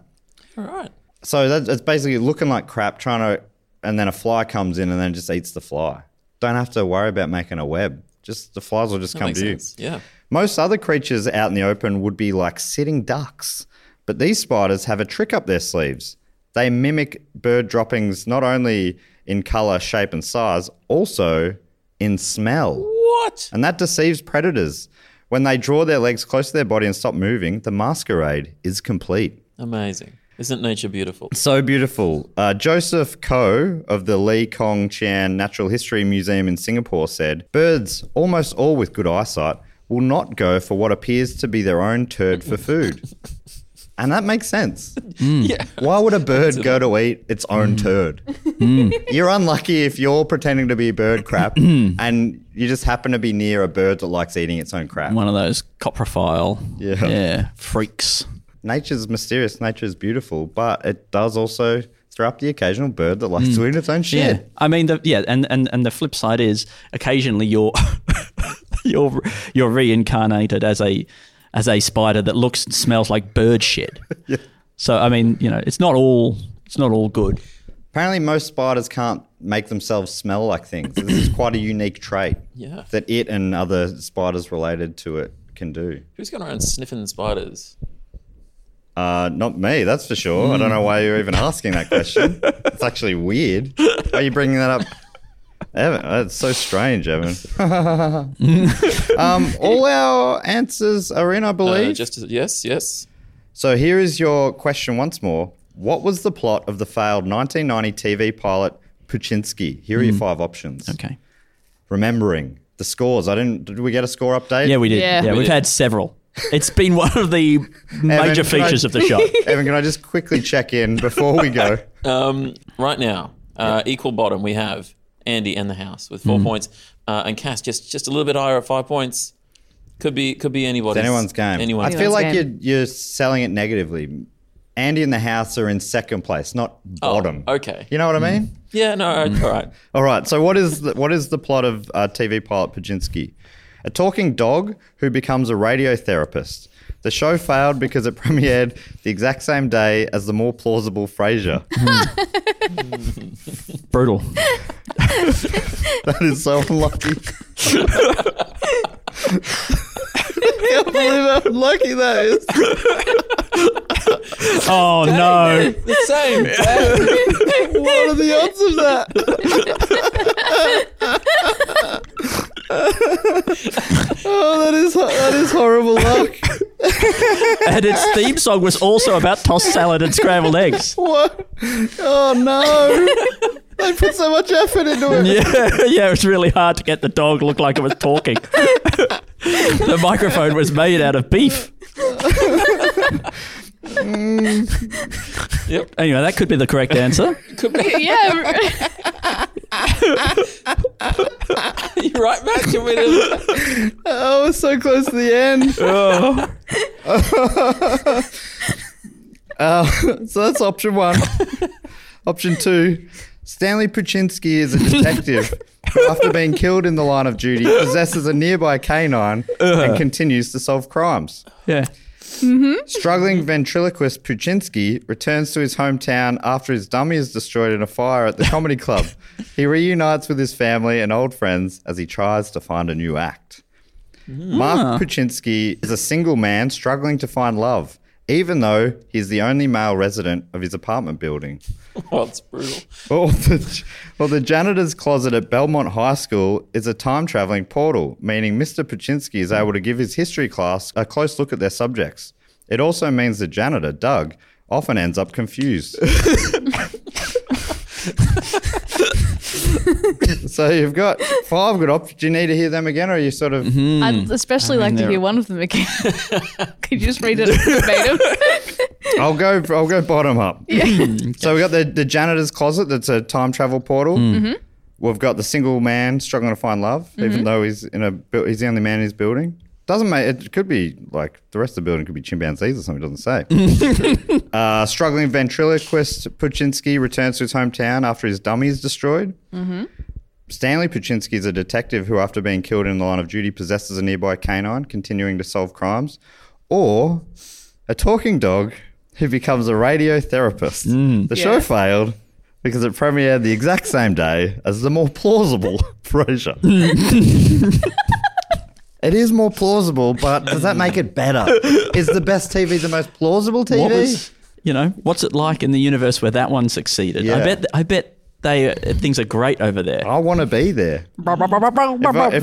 C: All right.
A: So that's, it's basically looking like crap, trying to, and then a fly comes in and then just eats the fly. Don't have to worry about making a web. Just the flies will just
C: That
A: come
C: makes
A: to you.
C: sense. Yeah.
A: Most other creatures out in the open would be like sitting ducks, but these spiders have a trick up their sleeves. They mimic bird droppings not only in color, shape, and size, also in smell.
C: What?
A: And that deceives predators. When they draw their legs close to their body and stop moving, the masquerade is complete.
C: Amazing. Isn't nature beautiful?
A: So beautiful. Uh, Joseph Koh of the Lee Kong Chian Natural History Museum in Singapore said Birds, almost all with good eyesight, will not go for what appears to be their own turd for food. and that makes sense.
C: Yeah.
A: Why would a bird go to eat its own turd? You're unlucky if you're pretending to be bird crap and you just happen to be near a bird that likes eating its own crap.
D: One of those coprophile.
A: Yeah.
D: Yeah. Freaks.
A: Nature's mysterious, nature's beautiful, but it does also throw up the occasional bird that likes
C: Mm.
A: to eat its own shit.
D: Yeah. I mean, the, yeah, and, and, and the flip side is occasionally you're you're you're reincarnated as a as a spider that looks and smells like bird shit. So I mean, you know, it's not all it's not all good.
A: Apparently, most spiders can't make themselves smell like things. This is quite a unique trait
C: Yeah.
A: that it and other spiders related to it can do.
C: Who's going around sniffing spiders?
A: Uh, not me, that's for sure. I don't know why you're even asking that question. it's actually weird. Why are you bringing that up? Evan, that's so strange, Evan. um, all our answers are in, I believe.
C: Uh, just as, yes, yes.
A: So here is your question once more. What was the plot of the failed 1990 TV pilot Puchinsky? Here are your five options.
D: Hmm. Okay.
A: remembering the scores. I didn't. Did we get a score update?
D: Yeah, we did.
E: Yeah.
D: Yeah, we
E: We
D: have
C: did.
D: had several. It's been one of the major
A: Evan, can I-
D: features of the show.
A: Evan, can I just quickly check in before we go?
C: Um, right now, uh, equal bottom, we
A: Mm-hmm.
C: have Andy and the house with four points, uh, and Cass just just a little bit higher at five points. Could be could be
A: It's
C: anybody.
A: anyone's game.
C: Anyone.
A: I feel
E: Anyone's
A: like you're,
E: game.
A: you're selling it negatively. Andy and the house are in second place, not
D: Oh,
A: bottom.
C: okay.
A: You know what
D: Hmm.
A: I mean?
C: Yeah, no,
A: Mm.
C: all right.
A: All right. So what is the, what is the plot of uh, TV pilot Pajinski? A talking dog who becomes a radio therapist. The show failed because it premiered the exact same day as the more plausible Frasier.
D: Brutal.
A: that is so unlucky. I can't believe how unlucky that is.
D: oh no.
C: The same. day.
A: What are the odds of that? oh, that is ho- that is horrible luck.
D: and its theme song was also about tossed salad and scrambled eggs.
A: What? Oh no! They put so much effort into it.
D: Yeah, yeah, it was really hard to get the dog look like it was talking. the microphone was made out of beef.
C: Yep.
D: Anyway, that could be the correct answer.
C: Could be.
E: yeah.
C: You're right, Matt. Can we do that?
A: Oh, we're so close to the end.
D: Oh.
A: Uh, so that's option one. option two Stanley Puchinski is a detective who, after being killed in the line of duty, possesses a nearby canine and continues to solve crimes.
D: Yeah.
A: Struggling ventriloquist Puchinski returns to his hometown after his dummy is destroyed in a fire at the comedy club. He reunites with his family and old friends as he tries to find a new act. Mark Puchinski is a single man struggling to find love, even though he's the only male resident of his apartment building.
C: Oh, it's brutal.
A: Well, the, well, the janitor's closet at Belmont High School is a time traveling portal, meaning Mr. Paczynski is able to give his history class a close look at their subjects. It also means the janitor, Doug, often ends up confused. so you've got five good options. Do you need to hear them again, or are you sort of.
D: Mm.
E: I'd especially like to hear one of them again. Could you just read it verbatim?
A: I'll go. I'll go bottom up. so we got the the janitor's closet. That's a time travel portal. We've got the single man struggling to find love, even though he's in a bu- he's the only man in his building. Doesn't make it could be like the rest of the building could be chimpanzees or something. It doesn't say. uh, struggling ventriloquist Puchinski returns to his hometown after his dummy is destroyed.
D: Mm-hmm.
A: Stanley Puchinski is a detective who, after being killed in the line of duty, possesses a nearby canine, continuing to solve crimes, or a talking dog who becomes a radio therapist.
D: Mm.
A: The show
E: Yeah.
A: failed because it premiered the exact same day as the more plausible Frasier. it is more plausible, but does that make it better? Is the best TV the most plausible TV?
D: What was, you know, what's it like in the universe where that one succeeded? I
A: Yeah.
D: bet. I bet they uh, things are great over there.
A: I want to be there. If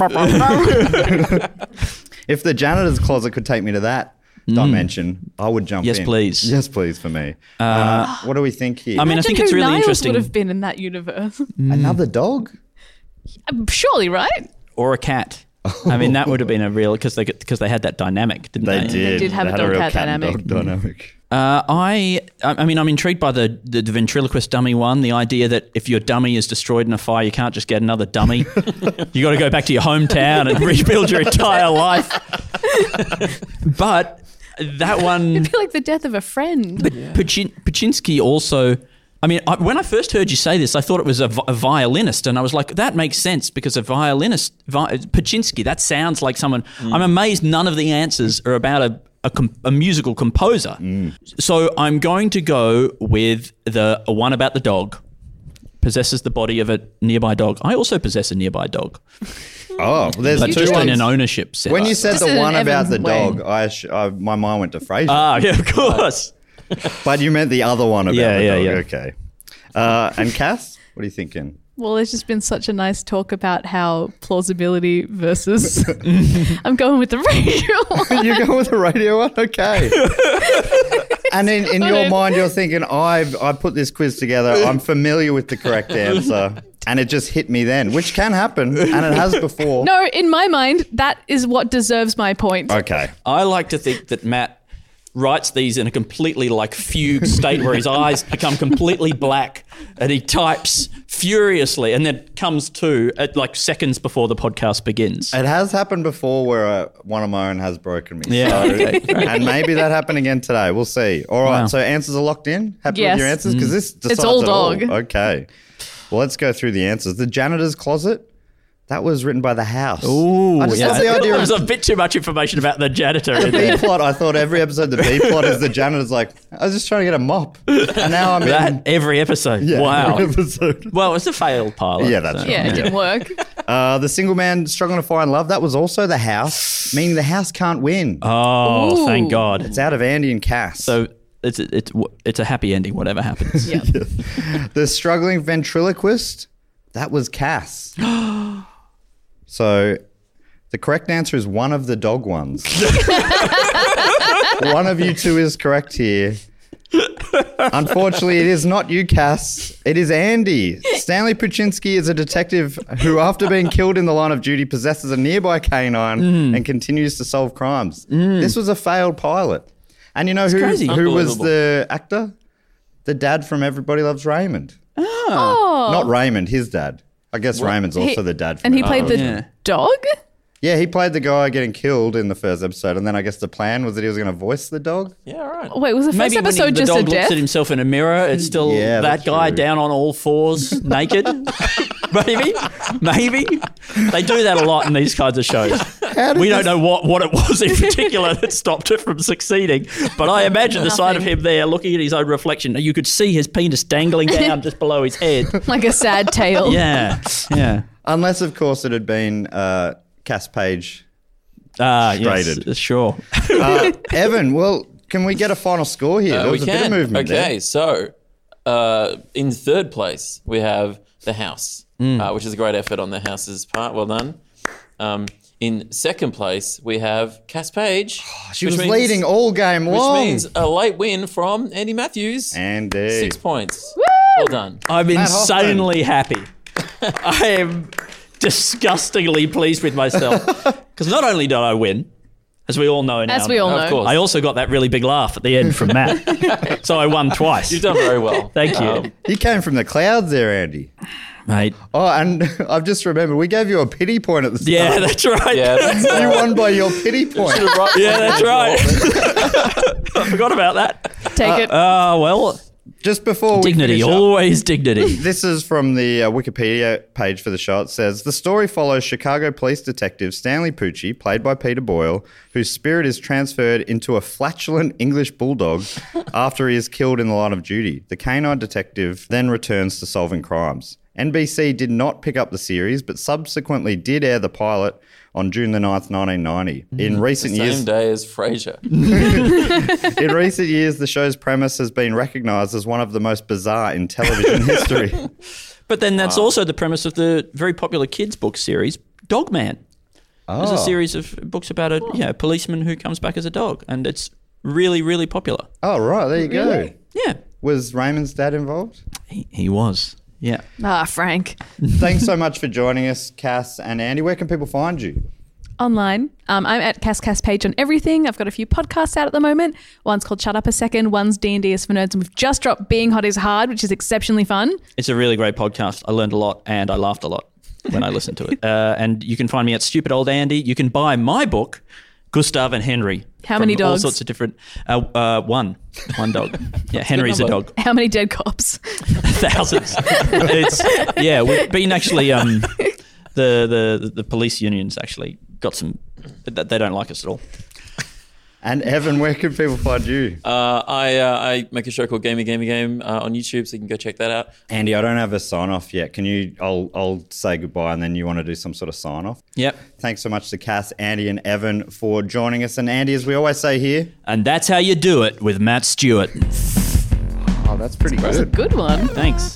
A: I- if- If the janitor's closet could take me to that dimension, I would jump
D: Hmm. Yes,
A: in.
D: please.
A: Yes, please, for me. Uh, what do we think here?
D: I mean, hmm. I think it's really
E: Niles
D: interesting.
E: would have been in that universe.
A: Another dog?
E: Surely, right?
D: Or a cat. I mean, that would have been a real because they because they had that dynamic, didn't they?
E: did have a
A: had
E: dog-cat
A: real cat and
E: dynamic.
A: Dog dynamic.
D: Uh, I, I I mean, I'm intrigued by the, the ventriloquist dummy one. The idea that if your dummy is destroyed in a fire, you can't just get another dummy. you got to go back to your hometown and rebuild your entire life. but that one,
E: It'd be like the death of a friend.
D: Pachin- Paczynski also. I mean, I, when I first heard you say this, I thought it was a, vi- a violinist, and I was like, that makes sense because a violinist, vi- Paczynski, that sounds like someone. I'm amazed none of the answers are about a, a, com- a musical composer. So I'm going to go with the one about the dog. Possesses the body of a nearby dog. I also possess a nearby dog,
A: Oh, well, there's
D: but
A: two
D: just in
A: ones.
D: an ownership sense.
A: when you said
E: Just
A: the
E: in an
A: one about
E: Evan
A: the
E: way.
A: dog, I, sh- I my mind went to Fraser.
D: ah, yeah, of course.
A: but you meant the other one about
D: Yeah,
A: the
D: yeah,
A: dog.
D: yeah.
A: Okay. Uh, and Cass, what are you thinking?
E: Well, there's just been such a nice talk about how plausibility versus. I'm going with the racial one.
A: You're going with the radio one? Okay. and in, in your
E: Whatever.
A: mind, you're thinking, I've I put this quiz together. I'm familiar with the correct answer. And it just hit me then, which can happen. And it has before.
E: No, in my mind, that is what deserves my point.
A: Okay.
D: I like to think that Matt writes these in a completely like fugue state where his eyes become completely black and he types furiously and then comes to at like seconds before the podcast begins.
A: It has happened before where uh, one of my own has broken me.
D: Yeah,
A: so-
D: okay,
A: and maybe that happened again today. We'll see. All right.
D: Wow. Mm.
A: So answers are locked in. Happy
E: Yes.
A: with your answers because this decides
E: all
A: it
E: dog.
A: Okay. Well, let's go through the answers. The janitor's closet. That was written by the house. I just love the idea
D: There's
A: of
D: a bit too much information about the janitor
A: B
D: in there.
A: plot. I thought every episode the B plot is the janitor's like, I was just trying to get a mop, and now I'm in.
D: That every episode.
A: Yeah,
D: wow.
A: every episode.
D: Well, it's a failed pilot.
A: Yeah, that's
D: so-
A: right.
E: Yeah, it didn't work.
A: Uh, the single man struggling to find love. That was also the house, meaning the house can't win.
D: Oh,
E: Ooh.
D: thank God.
A: It's out of Andy and Cass.
D: So it's it's it's a happy ending, whatever happens.
E: Yeah.
A: the struggling ventriloquist, that was Cass. so the correct answer is one of the dog ones. one of you two is correct here. Unfortunately, it is not you, Cass. It is Andy. Stanley Puchinski is a detective who, after being killed in the line of duty, possesses a nearby canine and continues to solve crimes. This was a failed pilot. And you know who,
D: crazy.
A: who was
C: Unbelievable.
A: the actor? The dad from Everybody Loves Raymond.
E: Oh,
A: Not Raymond, his dad. I guess Raymond's also
E: He-
A: the dad. From
E: and he
A: it.
E: played the
D: Oh, yeah.
E: dog.
A: yeah, he played the guy getting killed in the first episode, and then I guess the plan was that he was going to voice the dog.
C: Yeah, all right.
E: Wait, was the first
D: Maybe when he-
E: episode
D: the
E: just a
D: dog
E: death?
D: looks at himself in a mirror, it's still
A: Mm. Yeah,
D: that
A: that's
D: guy
A: true.
D: down on all fours, naked. maybe, maybe they do that a lot in these kinds of shows.
A: did
D: We don't know what, what it was in particular that stopped it from succeeding, but I imagine the sight of him there, looking at his own reflection, you could see his penis dangling down just below his head.
E: Like a sad tale.
D: Yeah, yeah.
A: Unless, of course, it had been uh, Cass Page.
D: Ah, yes,
A: Straighted.
D: sure.
A: Uh, Evan, well, can we get a final score here?
C: Uh,
A: there was a bit of movement
C: okay,
A: there.
C: so uh, in third place we have the house,
A: Mm.
C: uh, which is a great effort on the house's part. Well done. Um, in second place we have Cass Page.
A: Oh, She
C: which
A: was
C: means-
A: leading all game
C: which
A: long.
C: means a late win from Andy Matthews.
A: Andy.
C: Six points. Well done.
D: I'm
A: Hoffman.
D: insanely happy. I am disgustingly pleased with myself because not only did I win, as we all know now,
E: As we all
C: Of
E: know.
C: course.
D: I also got that really big laugh at the end from Matt, so I won twice.
C: You've done Um, very well.
D: Thank you,
A: He came from the clouds there, Andy.
D: mate.
A: Oh, and I've just remembered we gave you a pity point at the start.
D: Yeah, that's right.
C: um, Yeah, that's, uh,
A: You won by your pity point.
C: right.
D: Yeah, that's right. I forgot about that.
E: Take it.
D: Ah, well,
A: Just before we
D: dignity,
A: finish up-
D: always dignity.
A: This is from the uh, Wikipedia page for the show. It says the story follows Chicago police detective Stanley Pucci, played by Peter Boyle, whose spirit is transferred into a flatulent English bulldog after he is killed in the line of duty. The canine detective then returns to solving crimes. NBC did not pick up the series, but subsequently did air the pilot on June the 9th, 1990. In recent years,
C: Mm-hmm. Same day as Frasier.
A: in recent years, the show's premise has been recognized as one of the most bizarre in television history.
D: But then that's also the premise of the very popular kids' book series, Dog Man. There's a
C: Oh.
D: series of books about a you know, policeman who comes back as a dog, and it's really, really popular.
A: Oh, right. There you go.
D: Yeah,
A: Was Raymond's dad involved?
D: he, he was. Yeah.
E: Ah, Frank.
A: Thanks so much for joining us, Cass and Andy. Where can people find you?
E: online. Um, I'm at Cass Cass Page on everything. I've got a few podcasts out at the moment. One's called Shut Up a Second. One's D and D is for nerds, and we've just dropped Being Hot is Hard, which is exceptionally fun.
D: It's a really great podcast. I learned a lot and I laughed a lot when I listened to it. Uh, and you can find me at Stupid Old Andy. You can buy my book, Gustav and Henry.
E: How many
D: from
E: dogs?
D: All sorts of different. Uh, uh, one. One dog. Yeah, Henry's a
C: number.
D: dog.
E: How many dead cops?
D: thousands. it's yeah, we've been actually um, the, the the police unions actually got some. th- They don't like us at all.
A: And Evan, where can people find you?
C: Uh, I uh, I make a show called Gamey Gamey Game uh, on YouTube, so you can go check that out.
A: Andy, I don't have a sign off yet. Can you? I'll I'll say goodbye, and then you want to do some sort of sign off.
D: Yep.
A: Thanks so much to Cass, Andy, and Evan for joining us. And Andy, as we always say here,
D: And that's how you do it with Matt Stewart.
A: oh, that's pretty good.
E: Good one.
D: Thanks.